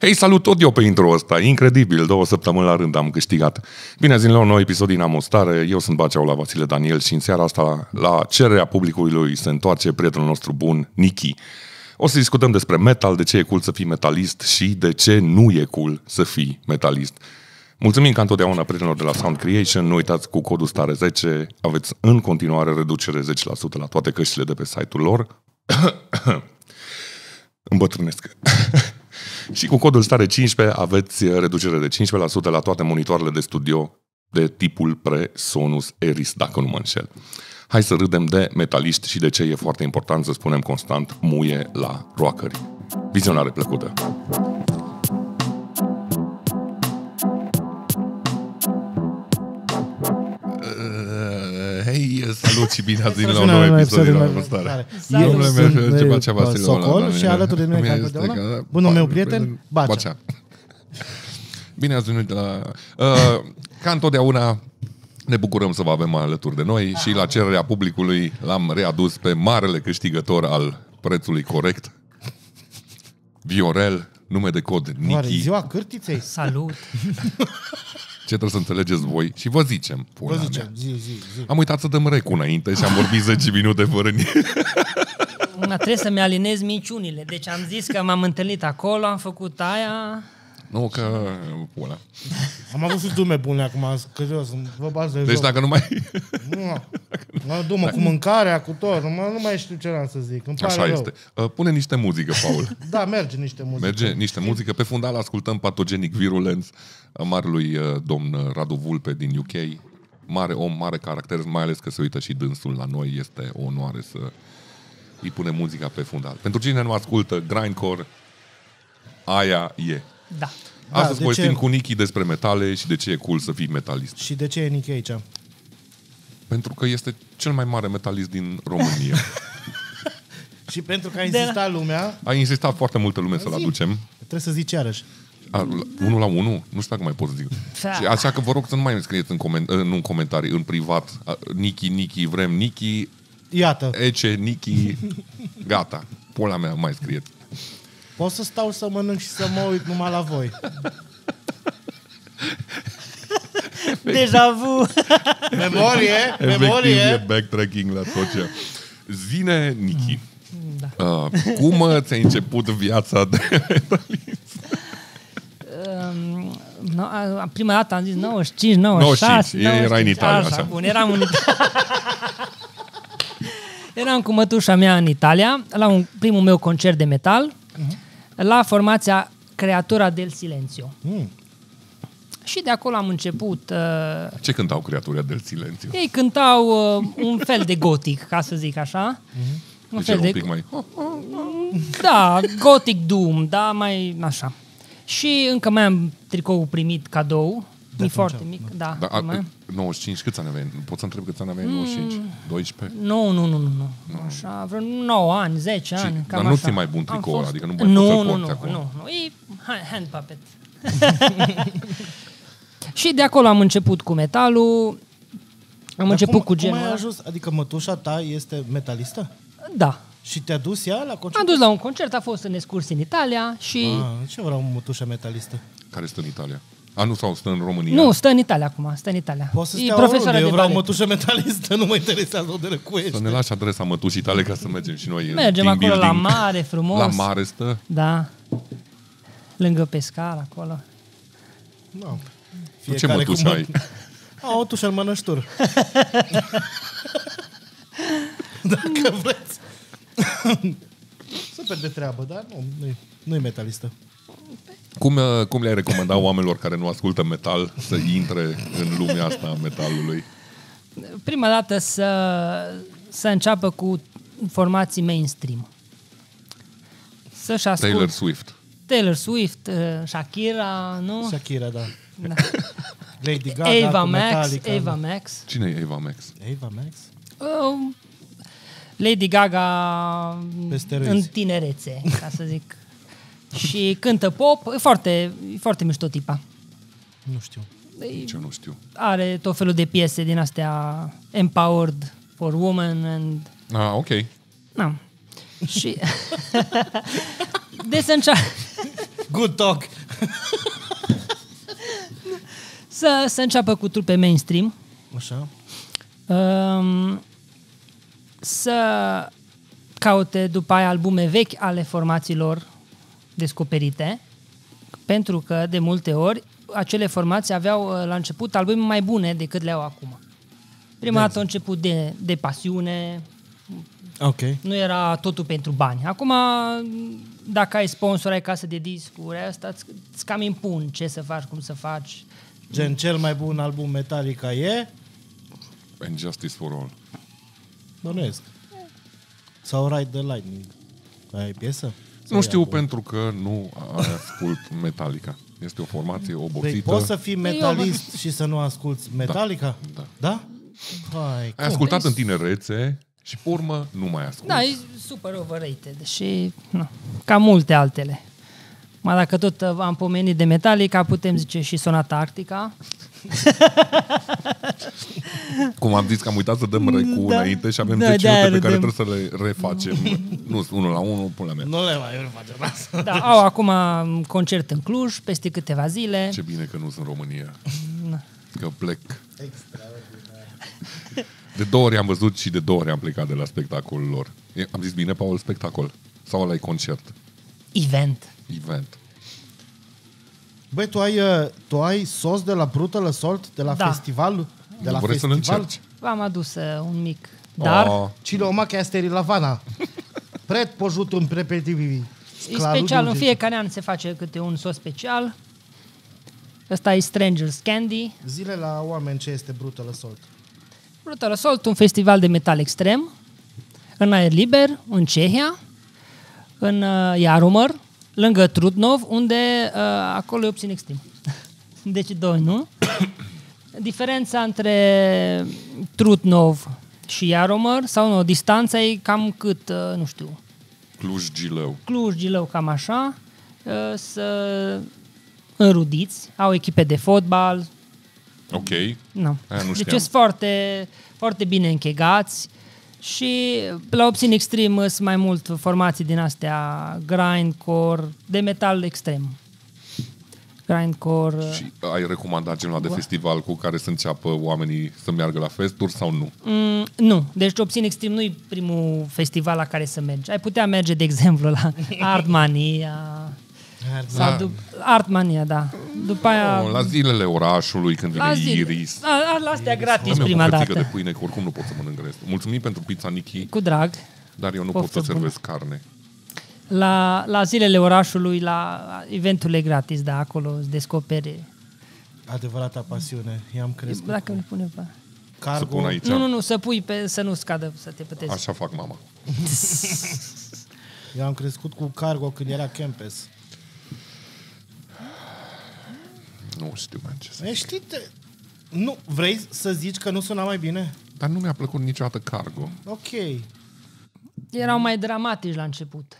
Hei, salut tot eu pe intro ăsta, incredibil, două săptămâni la rând am câștigat. Bine ați venit la un nou episod din Amostare, eu sunt Baceau la Vasile Daniel și în seara asta, la cererea publicului lui, se întoarce prietenul nostru bun, Nichi. O să discutăm despre metal, de ce e cool să fii metalist și de ce nu e cool să fii metalist. Mulțumim ca întotdeauna prietenilor de la Sound Creation, nu uitați cu codul STARE10, aveți în continuare reducere 10% la toate căștile de pe site-ul lor. Îmbătrânesc. Și cu codul stare 15 aveți reducere de 15% la toate monitoarele de studio de tipul pre-Sonus Eris, dacă nu mă înșel. Hai să râdem de metaliști și de ce e foarte important să spunem constant muie la roacări. Vizionare plăcută! Uh, Hei, salut și bine ați venit la un nou episod din Episodul România meu, Stare. Salut, Domnule sunt meu, Mirel ceva, ceva, Bă, Silvana, da, Socol și mine- alături de noi mie ca este întotdeauna, că- bunul meu Ba- prieten, Bacea. Bine ați venit la... Uh, ca întotdeauna, ne bucurăm să vă avem alături de noi și la cererea publicului l-am readus pe marele câștigător al prețului corect, Viorel, nume de cod Oare e Nichi. ziua cârtiței? Salut! Ce trebuie să înțelegeți voi și vă zicem. Vă pula mea. zicem, Da, zi, zi, zi. Am uitat să dăm recu înainte și am vorbit 10 minute fără nici. Una, trebuie să-mi alinez minciunile. Deci am zis că m-am întâlnit acolo, am făcut aia. Nu, că... Pula. Am avut și dume bune acum, că eu sunt, vă bați de Deci joc. dacă nu mai... Nu, Mă dumă cu mâncarea, cu tot, nu, mă- nu mai știu ce am să zic, îmi pare Așa rău. este. Uh, Pune niște muzică, Paul. Da, merge niște muzică. Merge niște muzică. Pe fundal ascultăm Patogenic Virulence a marelui uh, domn Radu Vulpe din UK. Mare om, mare caracter, mai ales că se uită și dânsul la noi. Este o onoare să îi punem muzica pe fundal. Pentru cine nu ascultă Grindcore, aia e. Da. Da, Astăzi de povestim ce- cu Nichi despre metale și de ce e cool să fii metalist. Și de ce e Nichi aici? Pentru că este cel mai mare metalist din România. Și pentru că a De la- insistat lumea, A insistat foarte multă lume să-l aducem. trebuie să zici iarăși. A, la- unul la unul? Nu știu dacă mai pot să zic. Da. Și așa că vă rog să nu mai îmi scrieți în, coment- nu în comentarii, în privat. A, Nichi, Nichi, vrem Nichi, Iată, Ece, Nichi, gata. Pula mea, mai scrieți. pot să stau să mănânc și să mă uit numai la voi. Deja vu! Memorie, memorie. backtracking la tot ce... Zine, Nichi, da. uh, cum uh, ți-a început viața de... Um, no, a, prima dată am zis 95, 96, 95, era în Italia, așa. Bun, eram în Italia. eram cu mătușa mea în Italia, la un, primul meu concert de metal, Mhm. la formația Creatura del Silențio. Mm. Și de acolo am început uh, Ce cântau creaturia del silențiu? Ei cântau uh, un fel de gotic, ca să zic așa. Un Deci fel era un de... pic mai... Da, gotic doom, da, mai așa. Și încă mai am tricou primit cadou. De e foarte mic, da. Da, a, mai- 95, câți ani aveai? Pot să întreb câți ani aveai? Hmm. 95? 12? Nu, nu, nu, nu, nu. Așa, vreo 9 ani, 10 Și- ani, dar cam nu așa. ți-e mai bun Am tricoul ăla, adică nu mai nu, poți să-l nu, porți nu, acum. Nu, nu, e hand- hand puppet. și de acolo am început cu metalul, am Dar început cum, cu Cum ai genul ajuns? Adică mătușa ta este metalistă? ăla. Da, Și te-a dus ea la concert? Am dus la un concert, a fost în excursie în Italia și... Ah, Ah, ce vreau o mătușă metalistă? Care stă în Italia? A, nu, sau stă în România? nu, stă în Italia acum, stă în Italia. Poți să E stea profesoară oriunde, eu de vreau balet. mătușă metalistă, nu mă interesează unde Să răcuiești. ne lași adresa mătușii tale ca să mergem și noi în Mergem team acolo la building. mare, frumos. La mare stă? Da. Lângă pescar, acolo. Nu. Tu ce mătuși ai? A, o tușă în mănăștur. Dacă vreți. Super de treabă, dar nu, nu-i, nu-i metalistă. Cum, uh, cum le-ai recomanda oamenilor care nu ascultă metal să intre în lumea asta a metalului? Prima dată să, să înceapă cu formații mainstream. Să-și asculte Taylor Taylor, Swift. Taylor Swift, eh, Shakira, nu? Shakira, da. Ah. Da. Lady Gaga, Ava cu Max, Metallica. Ava Max. Cine e Eva Max? Ava Max? Um, Lady Gaga Pe steroizi. în tinerețe, ca să zic. și cântă pop, e foarte, e foarte mișto tipa. Nu știu. E- Nici eu nu știu. Are tot felul de piese din astea Empowered for Women and... Ah, ok. Na. Și... de să înceapă... Good talk. Să, să înceapă cu trupe mainstream. Așa. Um, să caute după aia albume vechi ale formațiilor descoperite, pentru că de multe ori acele formații aveau uh, la început albume mai bune decât le au acum. Prima dată au început de, de pasiune, Ok. nu era totul pentru bani. Acum, dacă ai sponsor, ai casă de discuri, ai asta îți, îți cam impun ce să faci, cum să faci. Gen, cel mai bun album Metallica e... And Justice for All. Bănuiesc. Sau Ride the Lightning. Aia e piesă? Nu știu pentru că nu ascult Metallica. Este o formație oboțită. Deci poți să fii metalist și să nu asculti Metallica? Da. Da? Hai, Ai ascultat în tinerețe și pe urmă nu mai ascult. Da, e super overrated și na, ca multe altele. Mai dacă tot uh, am pomenit de Metallica, putem zice și Sonata Arctica. Cum am zis că am uitat să dăm recu Da. înainte și avem Da, Da. 10 de-aia minute pe care râdem. trebuie să le refacem. nu, unul la unul, pula mea. nu le mai facem asta. Da, au acum um, concert în Cluj, peste câteva zile. Ce bine că nu sunt în România. Da. Că plec. De două ori am văzut și de două ori am plecat de la spectacolul lor. E- Am zis bine, Paul, spectacol. Sau la concert. Event. Event. Băi, tu ai, uh, tu ai sos de la Brutal Salt de la Da. festival? De Nu la vrei să-l festival? încerci? V-am adus uh, un mic dar. Oh. Oh, Cine o macă este la vana. Pret pojutul în prepetivivi. E special, în fiecare an se face câte un sos special. Ăsta e Stranger's Candy. Zile la oameni ce este Brutal Assault. Brutal Assault, un festival de metal extrem, în aer liber, în Cehia, în uh, Iaromăr, lângă Trutnov, unde uh, acolo e obțin extrem. Deci doi, nu? Diferența între Trutnov și Iaromăr, sau nu, distanța e cam cât, uh, nu știu, Cluj Gilău. Cluj, Gilău, cam așa, uh, să înrudiți, au echipe de fotbal, Ok. nu. Aia nu deci știam. sunt foarte, foarte bine închegați și la Obscene Extreme sunt mai mult formații din astea grindcore, de metal extrem. Grindcore... Și ai recomandat genul ăla de festival cu care să înceapă oamenii să meargă la festuri sau nu? Mm, nu, deci Obscene Extreme nu e primul festival la care să mergi. Ai putea merge, de exemplu, la Artmania... Sau dup- Artmania, da. După aia... Da. Oh, la zilele orașului când vine la zi- Iris. La, la, la astea gratis Dă-mi o prima bucățică dată. de pâine, că oricum nu pot să mănânc restul. Mulțumim pentru pizza, Nichi, Cu drag. dar eu nu Poftă pot să bună. servesc carne. La, la zilele orașului, la eventurile gratis, da, acolo îți descoperi. Adevărata pasiune. I-am crescut. Dacă îmi pune pe... Să Cargo. pun aici. Nu, nu, nu, să pui pe, să nu scadă, să te pătezi. Exact. Așa fac mama. Eu am crescut cu Cargo când era Campes. Nu știu mai ce să... E, știi, te... nu, vrei să zici că nu suna mai bine? Dar nu mi-a plăcut niciodată cargo. Ok. Erau mai dramatici la început.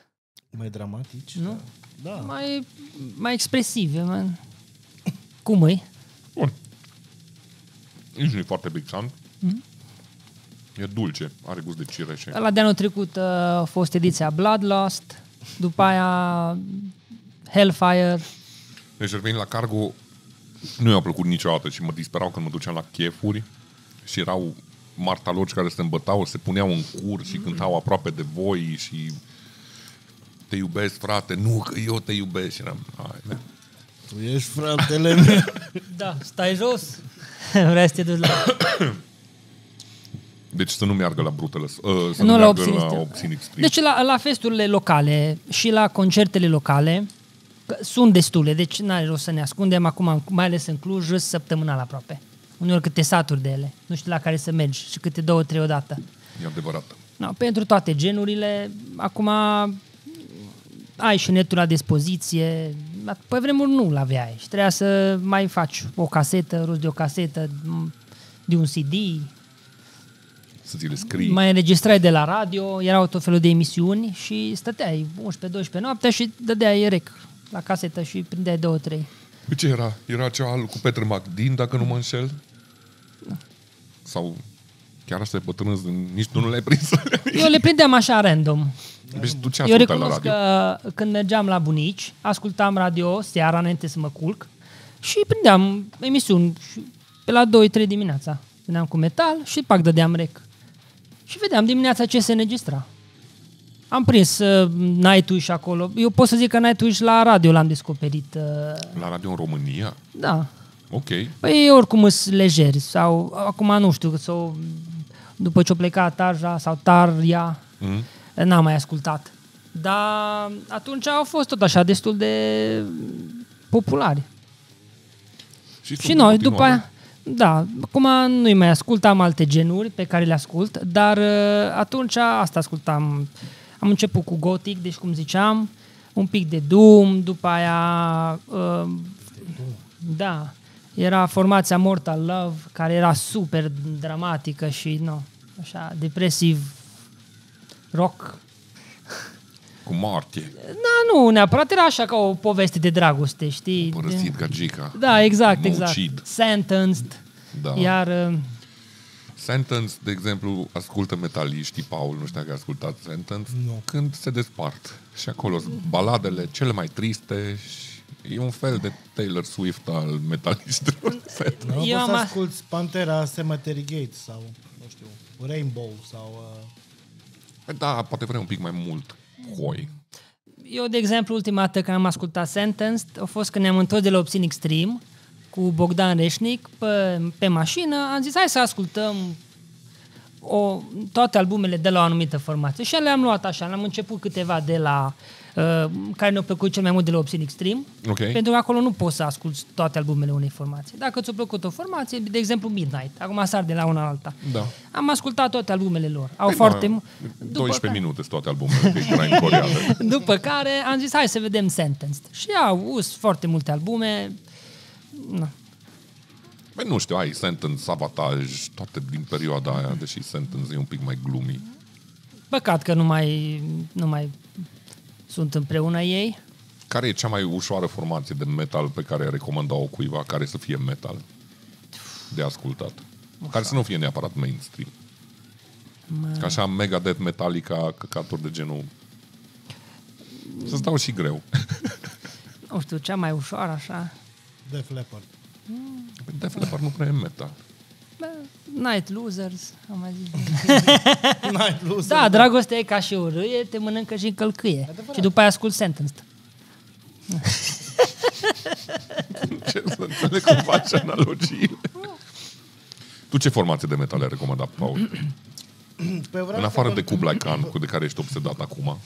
Mai dramatici? Nu? Da. Mai, mai expresive, man. Cum e? Bun. Nici nu e foarte picant. Mm-hmm. E dulce, are gust de cireșe. La de anul trecut uh, a fost ediția Bloodlust, după aia Hellfire. Deci revenind la cargo, nu mi-a plăcut niciodată și mă disperau când mă duceam la chefuri și erau martaloci care se îmbătau, se puneau în cur și cântau aproape de voi și te iubesc, frate, nu, că eu te iubesc. Și eram, "Hai, da." Tu ești fratele meu. Da, stai jos. Vrei să te duci la... Deci să nu meargă la brutele, uh, să nu, Nu la meargă Obscene la Extreme. obțin extrem. Deci la, la festurile locale și la concertele locale că sunt destule, deci n-are rost să ne ascundem acum, mai ales în Cluj, sunt săptămânal aproape. Uneori câte saturi de ele, nu știu la care să mergi și câte două, trei odată. E adevărat. No, pentru toate genurile, acum ai și netul la dispoziție, dar pe vremuri nu l-aveai și trebuia să mai faci o casetă, rost de o casetă, de un CD, Să ți le scrii. mai înregistrai de la radio, erau tot felul de emisiuni și stăteai 11-12 noaptea și dădeai rec la casetă și prindeai două, trei. Ce era? Era cea al- cu Petre Magdin, dacă nu mă înșel? Sau Chiar așa bătrânesc, nici tu nu le-ai prins. Eu le prindeam așa random. Deci tu ce Da. Eu ascultai la recunosc radio? că când mergeam la bunici, ascultam radio seara înainte să mă culc și prindeam emisiuni și pe la 2-3 dimineața. Veneam cu metal și pac dădeam rec. Și vedeam dimineața ce se înregistra. Am prins uh, Nightwish acolo. Eu pot să zic că Nightwish la radio l-am descoperit. Uh, La radio în România? da. Ok. Păi ei oricum sunt lejeri sau acum nu știu, sau după ce a plecat Tarja sau Tarja, mm. n-am mai ascultat. Dar atunci au fost tot așa destul de populari. tu, Și în noi, ultima după oară, aia, da, acum nu-i mai ascult, am alte genuri pe care le ascult, dar uh, atunci asta ascultam. Am început cu Gothic, deci cum ziceam, un pic de Doom, după aia, uh, da, era formația Mortal Love, care era super dramatică și, nu, așa, depresiv, rock. Cu martie. Da, nu, neapărat era așa ca o poveste de dragoste, știi? Părăsit ca Gica. Da, exact, exact. Mucid. Sentenced. Da. Iar uh, Sentence, de exemplu, ascultă metaliștii, Paul, nu știu dacă ai ascultat Sentence, Nu. când se despart. Și acolo sunt baladele cele mai triste și e un fel de Taylor Swift al metaliștilor. Sentence. Nu, Eu Eu am să a- asculti Pantera, Cemetery Gates sau, nu știu, Rainbow sau... Uh, Da, poate vrea un pic mai mult hoi. eu, de exemplu, ultima dată când am ascultat Sentenced a fost când ne-am întors de la Obscene Extreme cu Bogdan Reșnic pe, pe mașină. Am zis, hai să ascultăm o, toate albumele de la o anumită formație. Și le-am luat așa, le-am început câteva de la uh, care ne-au plăcut cel mai mult de la Obscene Extreme. Ok. Pentru că acolo nu poți să asculti toate albumele unei formații. Dacă ți-a plăcut o formație, de exemplu Midnight, acum sar de la una la alta. Da. Am ascultat toate albumele lor. Au foarte... Da, mu- după 12 care- minute sunt toate albumele că era în coreană. după care am zis, hai să vedem Sentenced. Și au us foarte multe albume. Na. Păi nu știu, ai Sentence, Sabotage, toate din perioada aia, deși Sentence e un pic mai gloomy. Păcat că nu mai, nu mai sunt împreună ei. Care e cea mai ușoară formație de metal pe care ai recomanda-o cuiva care să fie metal de ascultat? Care să nu fie neapărat mainstream. Ca așa mega death metalica, căcaturi de genul. Să-ți dau și greu. Nu știu, cea mai ușoară așa. Def Leppard. Păi, Def Leppard nu prea e metal. Bă, Night Losers, am mai zis. Night Blues. Da, dragostea e ca și o râie, te mănâncă și încălcâie. Adevărat. Și după aia ascult Sentenced. Ce să înțeleg cum faci analogiile. Tu ce formație de metal ai recomandat, Paul? Pe vremea În afară de Kublai Khan, cu de care ești obsedat acum.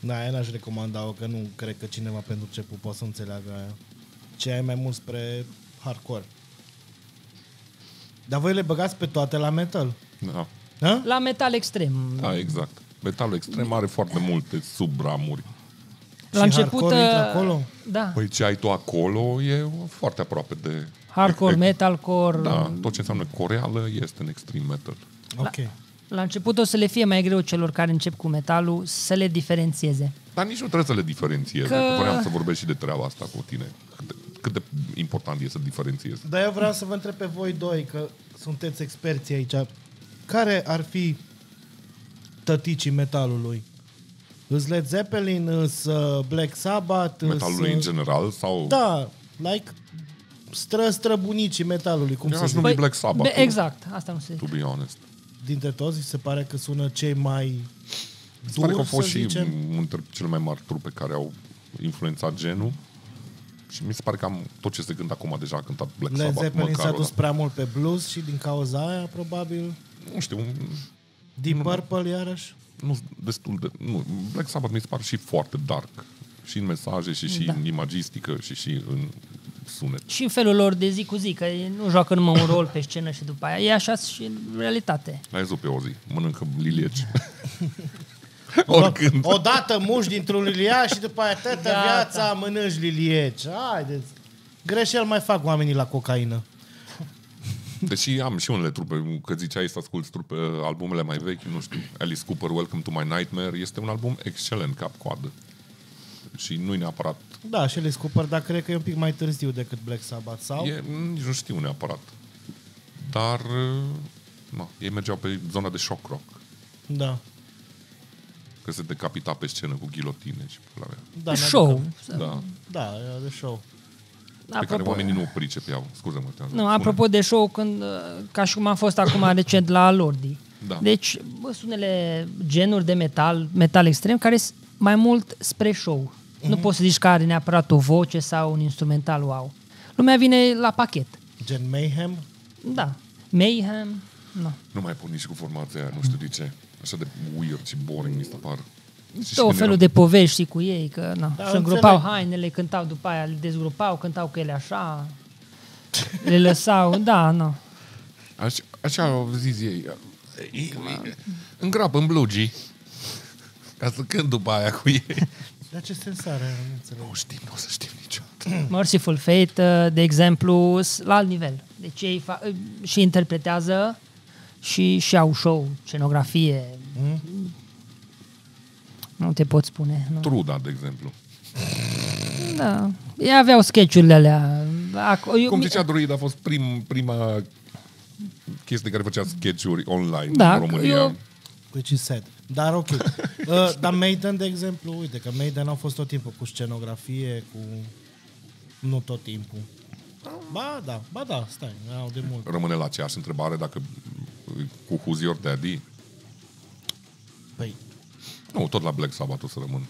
Da, aia n-aș recomanda-o, că nu cred că cineva pentru început poate să înțeleagă aia. Ce ai mai mult spre hardcore. Dar voi le băgați pe toate la metal? Da. Ha? La metal extrem. da, exact. Metalul extrem are foarte multe subramuri. La Și început... hardcore intră uh, acolo? Da. Păi ce ai tu acolo e foarte aproape de... Hardcore, de- metalcore. Da, Mm. tot ce înseamnă coreală este în extreme metal. Ok. La început o să le fie mai greu celor care încep cu metalul să le diferențieze. Dar nici nu trebuie să le diferențiezi. Că- Că... Vreau să vorbesc și de treaba asta cu tine. Cât de, cât de important e să diferențiezi. Dar eu vreau să vă întreb pe voi doi, că sunteți experții aici. Care ar fi tăticii metalului? Îs Led Zeppelin, îs uh, Black Sabbath, îs, Metalul în uh, general sau... Da, like stră, stră bunicii metalului, cum Eu se aș zice. numi Black Sabbath. Păi, be- exact, asta nu se To be honest. Dintre toți se pare că sună cei mai Se pare dur, că au fost să și zicem. unul dintre cele mai mari trupe care au influențat genul. Și mi se pare că am tot ce se cântă acum deja a cântat Black Led Sabbath. Zeppelin Măcar da. s-a o dus dată. prea mult pe blues și din cauza aia, probabil. Nu știu, Deep Purple, iarăși. nu destul de... Nu, Black Sabbath mi se pare și foarte dark. Și în mesaje, și, și în imagistică, și, și în sunet. și în felul lor de zi cu zi, că ei nu joacă numai un rol pe scenă și după aia, e așa și în realitate. La zi pe o zi, mănâncă lilieci. Oricând. Odată muși dintr-un liliaș și după aia tătă Gata. viața mănânci lilieci. Haideți. Greșel mai fac oamenii la cocaină. Deși am și unele trupe, că ziceai să asculti trupe, albumele mai vechi, nu știu, Alice Cooper, Welcome to My Nightmare, este un album excelent cap-coadă. Și nu-i neapărat, Da, și le scupăr, dar cred că e un pic mai târziu decât Black Sabbath sau... e, nici nu știu neapărat. Dar uh, No, ei mergeau pe zona de shock rock, Da. că se decapita pe scenă cu ghilotine și pula mea. da E ne show. aducăm. Da. Da, era de show. Pe care Apropo, oamenii nu o pricepeau. Scuze-mă, te-am nu, apropo de show, când, uh, ca și cum am fost acum recent la Lordi. Da. Deci, bă, sunt unele genuri de metal, metal extrem, care sunt mai mult spre show. Mm-hmm. Mhm. Nu poți să zici că are neapărat o voce sau un instrumental wow. Lumea vine la pachet. Gen Mayhem? Da. Mayhem, nu. Nu mai pun nici cu formația aia, nu știu de ce. Așa de weird și boring mi se par. Și și Tot când felul de povești cu ei, că na, da, se îngropau înțeleg. hainele, cântau după aia, le dezgrupau, cântau cu ele așa, le lăsau, da, nu. eram- Așa, așa au zis ei. Îngrapă în blugi. Ca să cânt după aia cu ei. Dar ce sens are? Nu înțeleg. Nu știm, nu o să știm niciodată. Merciful Fate, uh, de exemplu, s- la alt nivel. Deci ei fa- și interpretează și, și au show, scenografie. Mm? Mm-hmm. Nu te pot spune. Nu. Truda, de exemplu. Da. Ei aveau sketch-urile alea. uh, Ac- eu, Cum mi- zicea Druid, a fost prim, prima chestie care făcea sketch-uri online Da, în România. eu- Which is sad. Dar ok. uh, dar Maiden, de exemplu, uite că Maiden au fost tot timpul cu scenografie, cu... Nu tot timpul. Ba da, ba da, stai, au de mult. Rămâne la aceeași întrebare dacă cu Who's Your Daddy? Păi, Nu, tot la Black Sabbath o să rămân.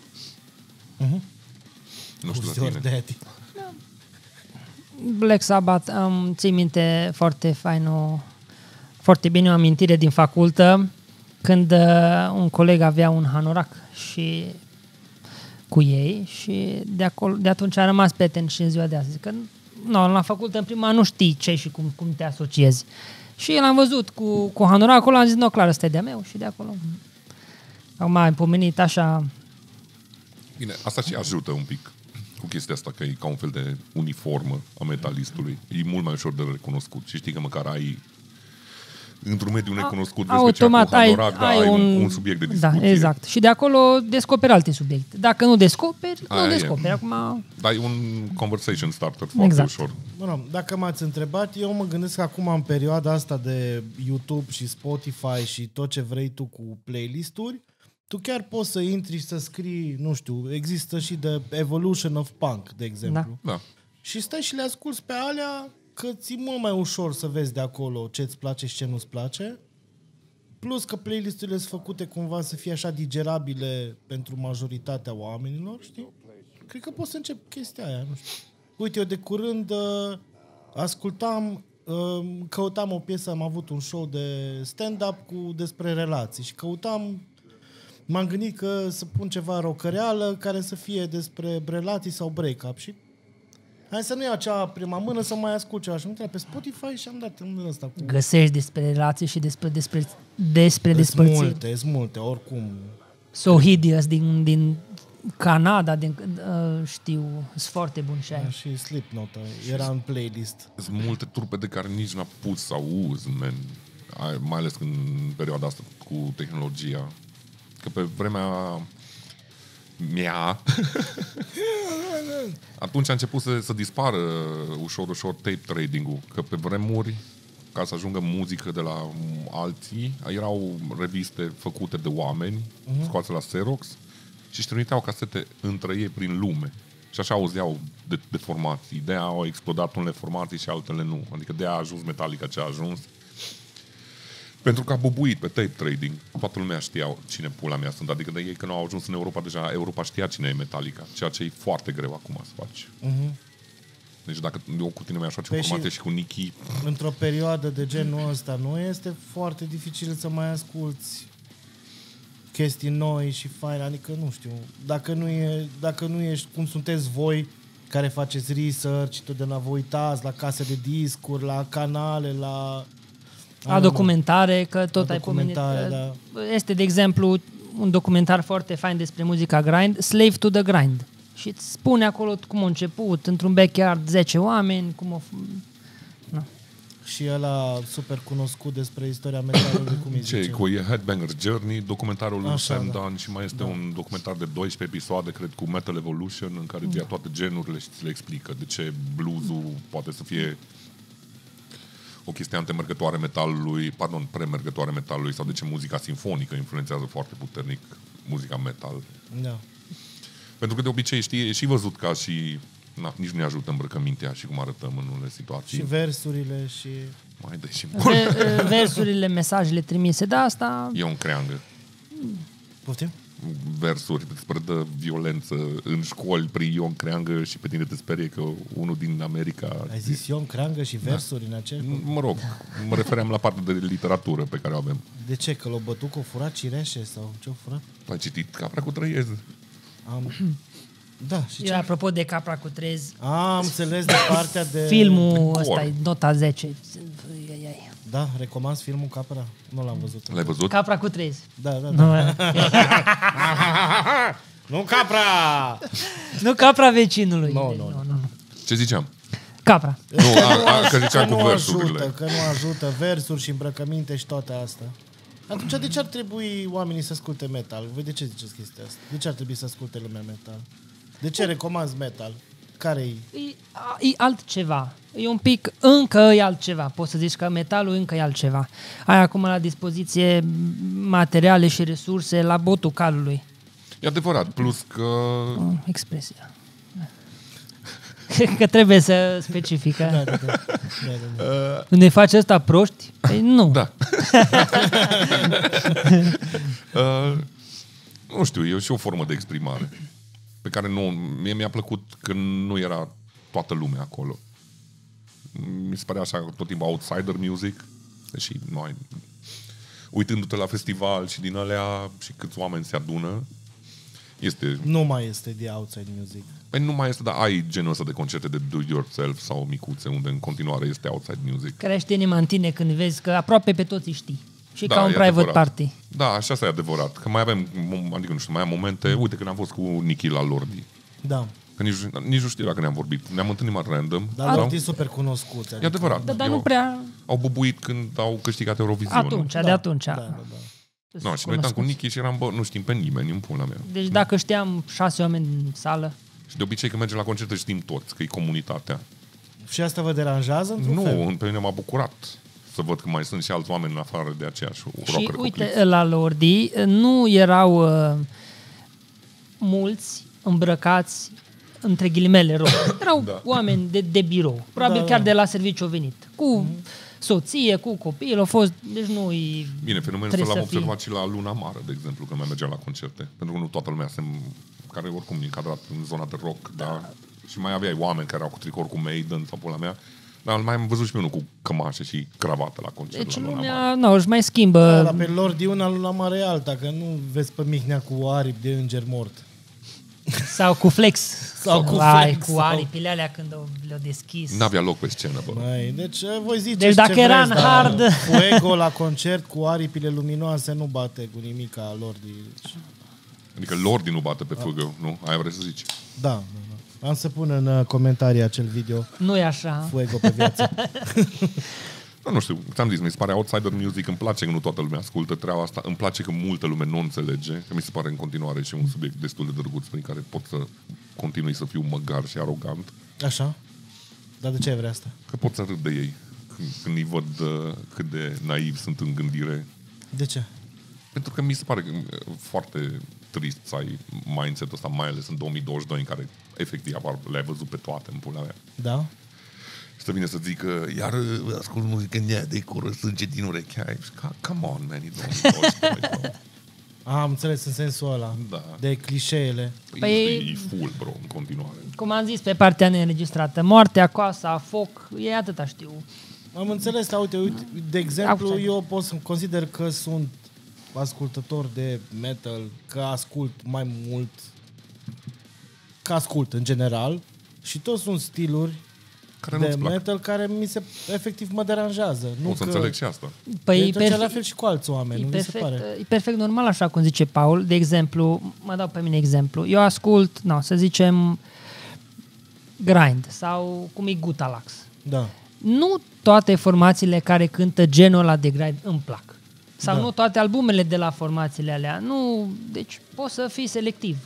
Nu știu Who's la your da- tine. daddy? Black Sabbath, um, ții minte foarte fain o, foarte bine o amintire din facultă când uh, un coleg avea un hanorac și cu ei și de, acolo, de atunci a rămas prieten și în ziua de astăzi. Că, no, la facultă în prima nu știi ce și cum, cum te asociezi. Și l-am văzut cu, cu hanoracul acolo, am zis, nu, clar, ăsta e de-a meu și de acolo. Acum am pomenit așa Bine, asta și ajută un pic cu chestia asta, că e ca un fel de uniformă a metalistului. E mult mai ușor de recunoscut și știi că măcar ai într-un mediu necunoscut, vezi automat că cea cu ai, Hanorac, da, ai un, un, subiect de discuție. Da, exact. Și de acolo descoperi alte subiecte. Dacă nu descoperi, Aia nu e. descoperi. Acum, Dar e un conversation starter foarte Exact. ușor. Bună, dacă m-ați întrebat, eu mă gândesc că acum în perioada asta de YouTube și Spotify și tot ce vrei tu cu playlisturi, tu chiar poți să intri și să scrii, nu știu, există și de Evolution of Punk, de exemplu. Da. Da. Și stai și le asculți pe alea că ți mult mai ușor să vezi de acolo ce-ți place și ce nu-ți place. Plus că playlisturile sunt făcute cumva să fie așa digerabile pentru majoritatea oamenilor, știi? Cred că pot să încep chestia aia, nu știu. Uite, eu de curând uh, ascultam, uh, căutam o piesă, am avut un show de stand-up cu despre relații și căutam m-am gândit că să pun ceva rocăreală care să fie despre relații sau break-up și hai să nu iau cea prima mână să mai ascult ceva și am intrat pe Spotify și am dat în ăsta cu găsești despre relații și despre, despre, despre Sunt despărțiri. multe, sunt multe, oricum. So Hideous din, din Canada, din, uh, știu, sunt foarte bun și aia. Da, Și Slipknot uh, era în playlist. Sunt multe trupe de care nici n-a pus să auzi, man. Ai- mai ales în perioada asta cu tehnologia. Că pe vremea mea, atunci a început să, să dispară ușor, ușor tape trading-ul. Că pe vremuri, ca să ajungă muzică de la mm, alții, erau reviste făcute de oameni, uh-huh. scoase la Xerox, și își trimiteau casete între ei prin lume. Și așa auzeau de, de formații. De au explodat unele formații și altele nu. Adică de a ajuns Metallica ce a ajuns. Pentru că a bubuit pe tape trading. Toată lumea știa cine pula mea sunt. Adică de ei când au ajuns în Europa, deja Europa știa cine e Metallica. Ceea ce e foarte greu acum să faci. Uh-huh. Deci dacă eu cu tine mi-aș face Păi păi și- formate și... și cu Nicky, Într-o perioadă de genul ăsta nu este foarte dificil să mai asculți chestii noi și faine, adică nu știu, dacă nu, e, dacă nu ești cum sunteți voi care faceți research, tot de la vă uitați la case de discuri, la canale, la... La documentare, că tot La ai pomenit. documentare, că Este, de exemplu, un documentar foarte fain despre muzica grind, Slave to the Grind. Și îți spune acolo cum a început, într-un backyard 10 oameni, cum o... Și ăla super cunoscut despre istoria metalului, cum îi ce e zice? cu e Headbanger's Journey, documentarul lui Așa, Sam da. Dan și mai este un documentar de 12 episoade, cred, cu Metal Evolution, în Da. care îți ia toate genurile și ți le explică de ce blues poate să fie o chestie antemergătoare metalului, pardon, premergătoare metalului sau de ce muzica sinfonică influențează foarte puternic muzica metal. Da. Pentru că de obicei știi, e și văzut ca și Na, nici nu ne ajută îmbrăcămintea și cum arătăm în unele situații. Și Da. versurile și... Mai dă și bun. Ve- versurile, mesajele trimise de asta, E un creangă. Poftim? versuri despre de violență în școli prin Ion Creangă și pe tine te sperie că unul din America... Ai zis Ion Creangă și versuri da. în aceeași... Mă rog, mă refeream la partea de literatură pe care o avem. De ce? Că l-au bătut cu o furat cireșe sau ce-o furat? Ai citit Capra cu trăiez. Am... Da, și ce? Eu, apropo de Capra cu trez, Am înțeles de partea de... filmul ăsta e nota 10. Ai, ai. Da, recomand filmul Capra. Nu l-am văzut. L-ai văzut? Capra cu trez. Da, da, da. Nu, Nu Capra! nu Capra vecinului. Deci, Nu, nu, nu. Ce ziceam? Capra. Nu, a, a, că ziceam nu cu ajută, versurile. că nu ajută. Versuri și îmbrăcăminte și toate astea. Atunci, de ce ar trebui oamenii să asculte metal? Voi de ce ziceți chestia asta? De ce ar trebui să asculte lumea metal? De ce recomanzi metal? Care-i? E, a- e altceva. E un pic, încă e altceva. Poți să zici că metalul încă e altceva. Ai acum la dispoziție materiale și resurse la botul calului. E adevărat, plus că... Oh, expresia. Cred că trebuie să specifică. Da, da, da. Ne faci asta proști? Păi nu. Da. uh, nu știu, e și o formă de exprimare pe care nu, mie mi-a plăcut că nu era toată lumea acolo. Mi se părea așa tot timpul outsider music, deși noi uitându-te la festival și din alea și câți oameni se adună, este Nu mai este de outside music. Păi nu mai este, dar ai genul ăsta de concerte de do-it-yourself sau micuțe, unde în continuare este outside music. Crește inima în tine când vezi că aproape pe toți îi știi. Și da, ca un e private adevărat. party. Da, așa asta e adevărat. Că mai avem, mom- adică nu știu, mai am momente. Uite când am fost cu Nichi la Lordi. Da. Că nici, nici nu știu dacă ne-am vorbit. Ne-am întâlnit mai random. Dar au super cunoscuți. E Adică, adevărat. Da, dar Eu- nu prea Au bubuit când au câștigat Eurovision. atunci, Da, de atunci. Da, da, da. No, și noi uitam cu Nichi și eram, bă, nu știm pe nimeni, în pula mea. Deci dacă știam șase oameni în sală, Și de obicei când mergem la concerte știm toți, că e comunitatea. Și asta vă deranjează într-un fel? Nu, pe mine m-a bucurat să văd că mai sunt și alți oameni în afară de aceeași Și rocker uite, la Lordi nu erau uh, mulți îmbrăcați între ghilimele rău. Erau da. oameni de, de birou. Probabil da, Mhm. chiar da. de la serviciu au venit. Cu soție, cu copil, au fost... Deci nu e... Bine, fenomenul Trebuie ăsta l-am să fii- observat și la Luna Mare, de exemplu, când mai mergeam la concerte. Pentru că nu toată lumea se care oricum e încadrat în zona de rock, da. dar și mai aveai oameni care au cu tricouri cu Maiden sau pula mea, dar mai am văzut și pe unul cu cămașe și cravată la concert Deci la Luna Mare. lumea, nu, își mai schimbă. Dar pe lor de una la mare alta, că nu vezi pe Mihnea cu aripi de înger mort. Sau cu flex. Sau cu Vai, flex, cu sau- aripile alea când au- le-au deschis. N-avea loc pe scenă, bă. Mai, deci eh, voi ziceți Deci dacă ce era vreți, în dar hard- Fuego la concert cu aripile luminoase nu bate cu nimica lor. Deci, Adică lor din nu bate pe fugă, nu? Aia vrei să zici. da, da, da. Am să pun în eh, comentarii acel video Nu e așa. Fuego pe viață. Da, nu știu, ți-am zis, mi se pare outsider music, îmi place că nu toată lumea ascultă treaba asta, îmi place că multă lume nu înțelege, că mi se pare în continuare și un subiect destul de drăguț prin care pot să continui să fiu măgar și arogant. Așa? Dar de ce ai vrea asta? Că pot să râd de ei când, când îi văd uh, cât de naivi sunt în gândire. De ce? Pentru că mi se pare că, uh, foarte trist să ai mindset-ul ăsta, mai ales în 2022, în care efectiv apar, le-ai văzut pe toate în pula mea. Da? Și să vine să zică, iar uh, ascult muzică în ea de cură, sânge din urechea. ai." Și ca- Come on, man, e 2022, bro. A, am înțeles în sensul ăla. Da. De clișeele. Păi- E, e full, bro, în continuare. Cum am zis, pe partea neînregistrată. Moartea, coasa, foc, e atâta știu. Am înțeles, dar uite, uite de exemplu, Outsider. eu pot să consider că sunt ascultător de metal, că ascult mai mult, că ascult în general și toți sunt stiluri Care de nu-ți plac. metal care mi se efectiv mă deranjează. Nu O să că înțeleg și asta. Păi Păi e pe la perf- fel și cu alți oameni, E nu mi se perfect, pare. e perfect normal așa cum zice Paul. De exemplu, mă dau pe mine exemplu. Eu ascult, no, să zicem, grind sau cum e Gutalax. Da. Nu toate formațiile care cântă genul ăla de grind îmi plac. Sau da. nu toate albumele de la formațiile alea. Nu, deci poți să fii selectiv.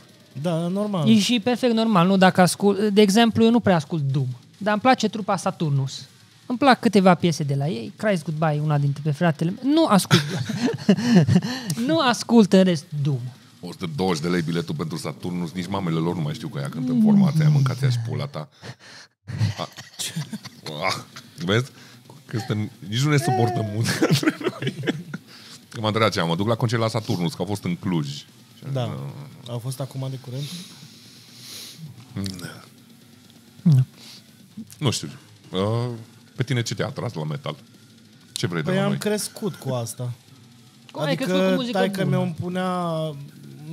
Da, normal. E și perfect normal, nu? Dacă ascult, de exemplu, eu nu prea ascult Doom, dar îmi place trupa Saturnus. Îmi plac câteva piese de la ei. Cries Goodbye, una dintre preferatele mele. Nu ascult. nu ascult în rest Doom. 120 de lei biletul pentru Saturnus, nici mamele lor nu mai știu că ea cântă în formația aia, mâncați și pula ta. A, Ah, vezi? Că suntem, nici nu ne suportăm muzica între noi. Că m-a întrebat ce mă duc la concert la Saturnus, că a fost în Cluj. Și am zis, Da. Au fost acum de curând? Da. Nu știu. Uh, Pe tine ce te-a atras la metal? Ce vrei de Păi la am noi? crescut cu asta. Cum Adică ai crescut cu muzică taică bună? mi-o îmi punea uh,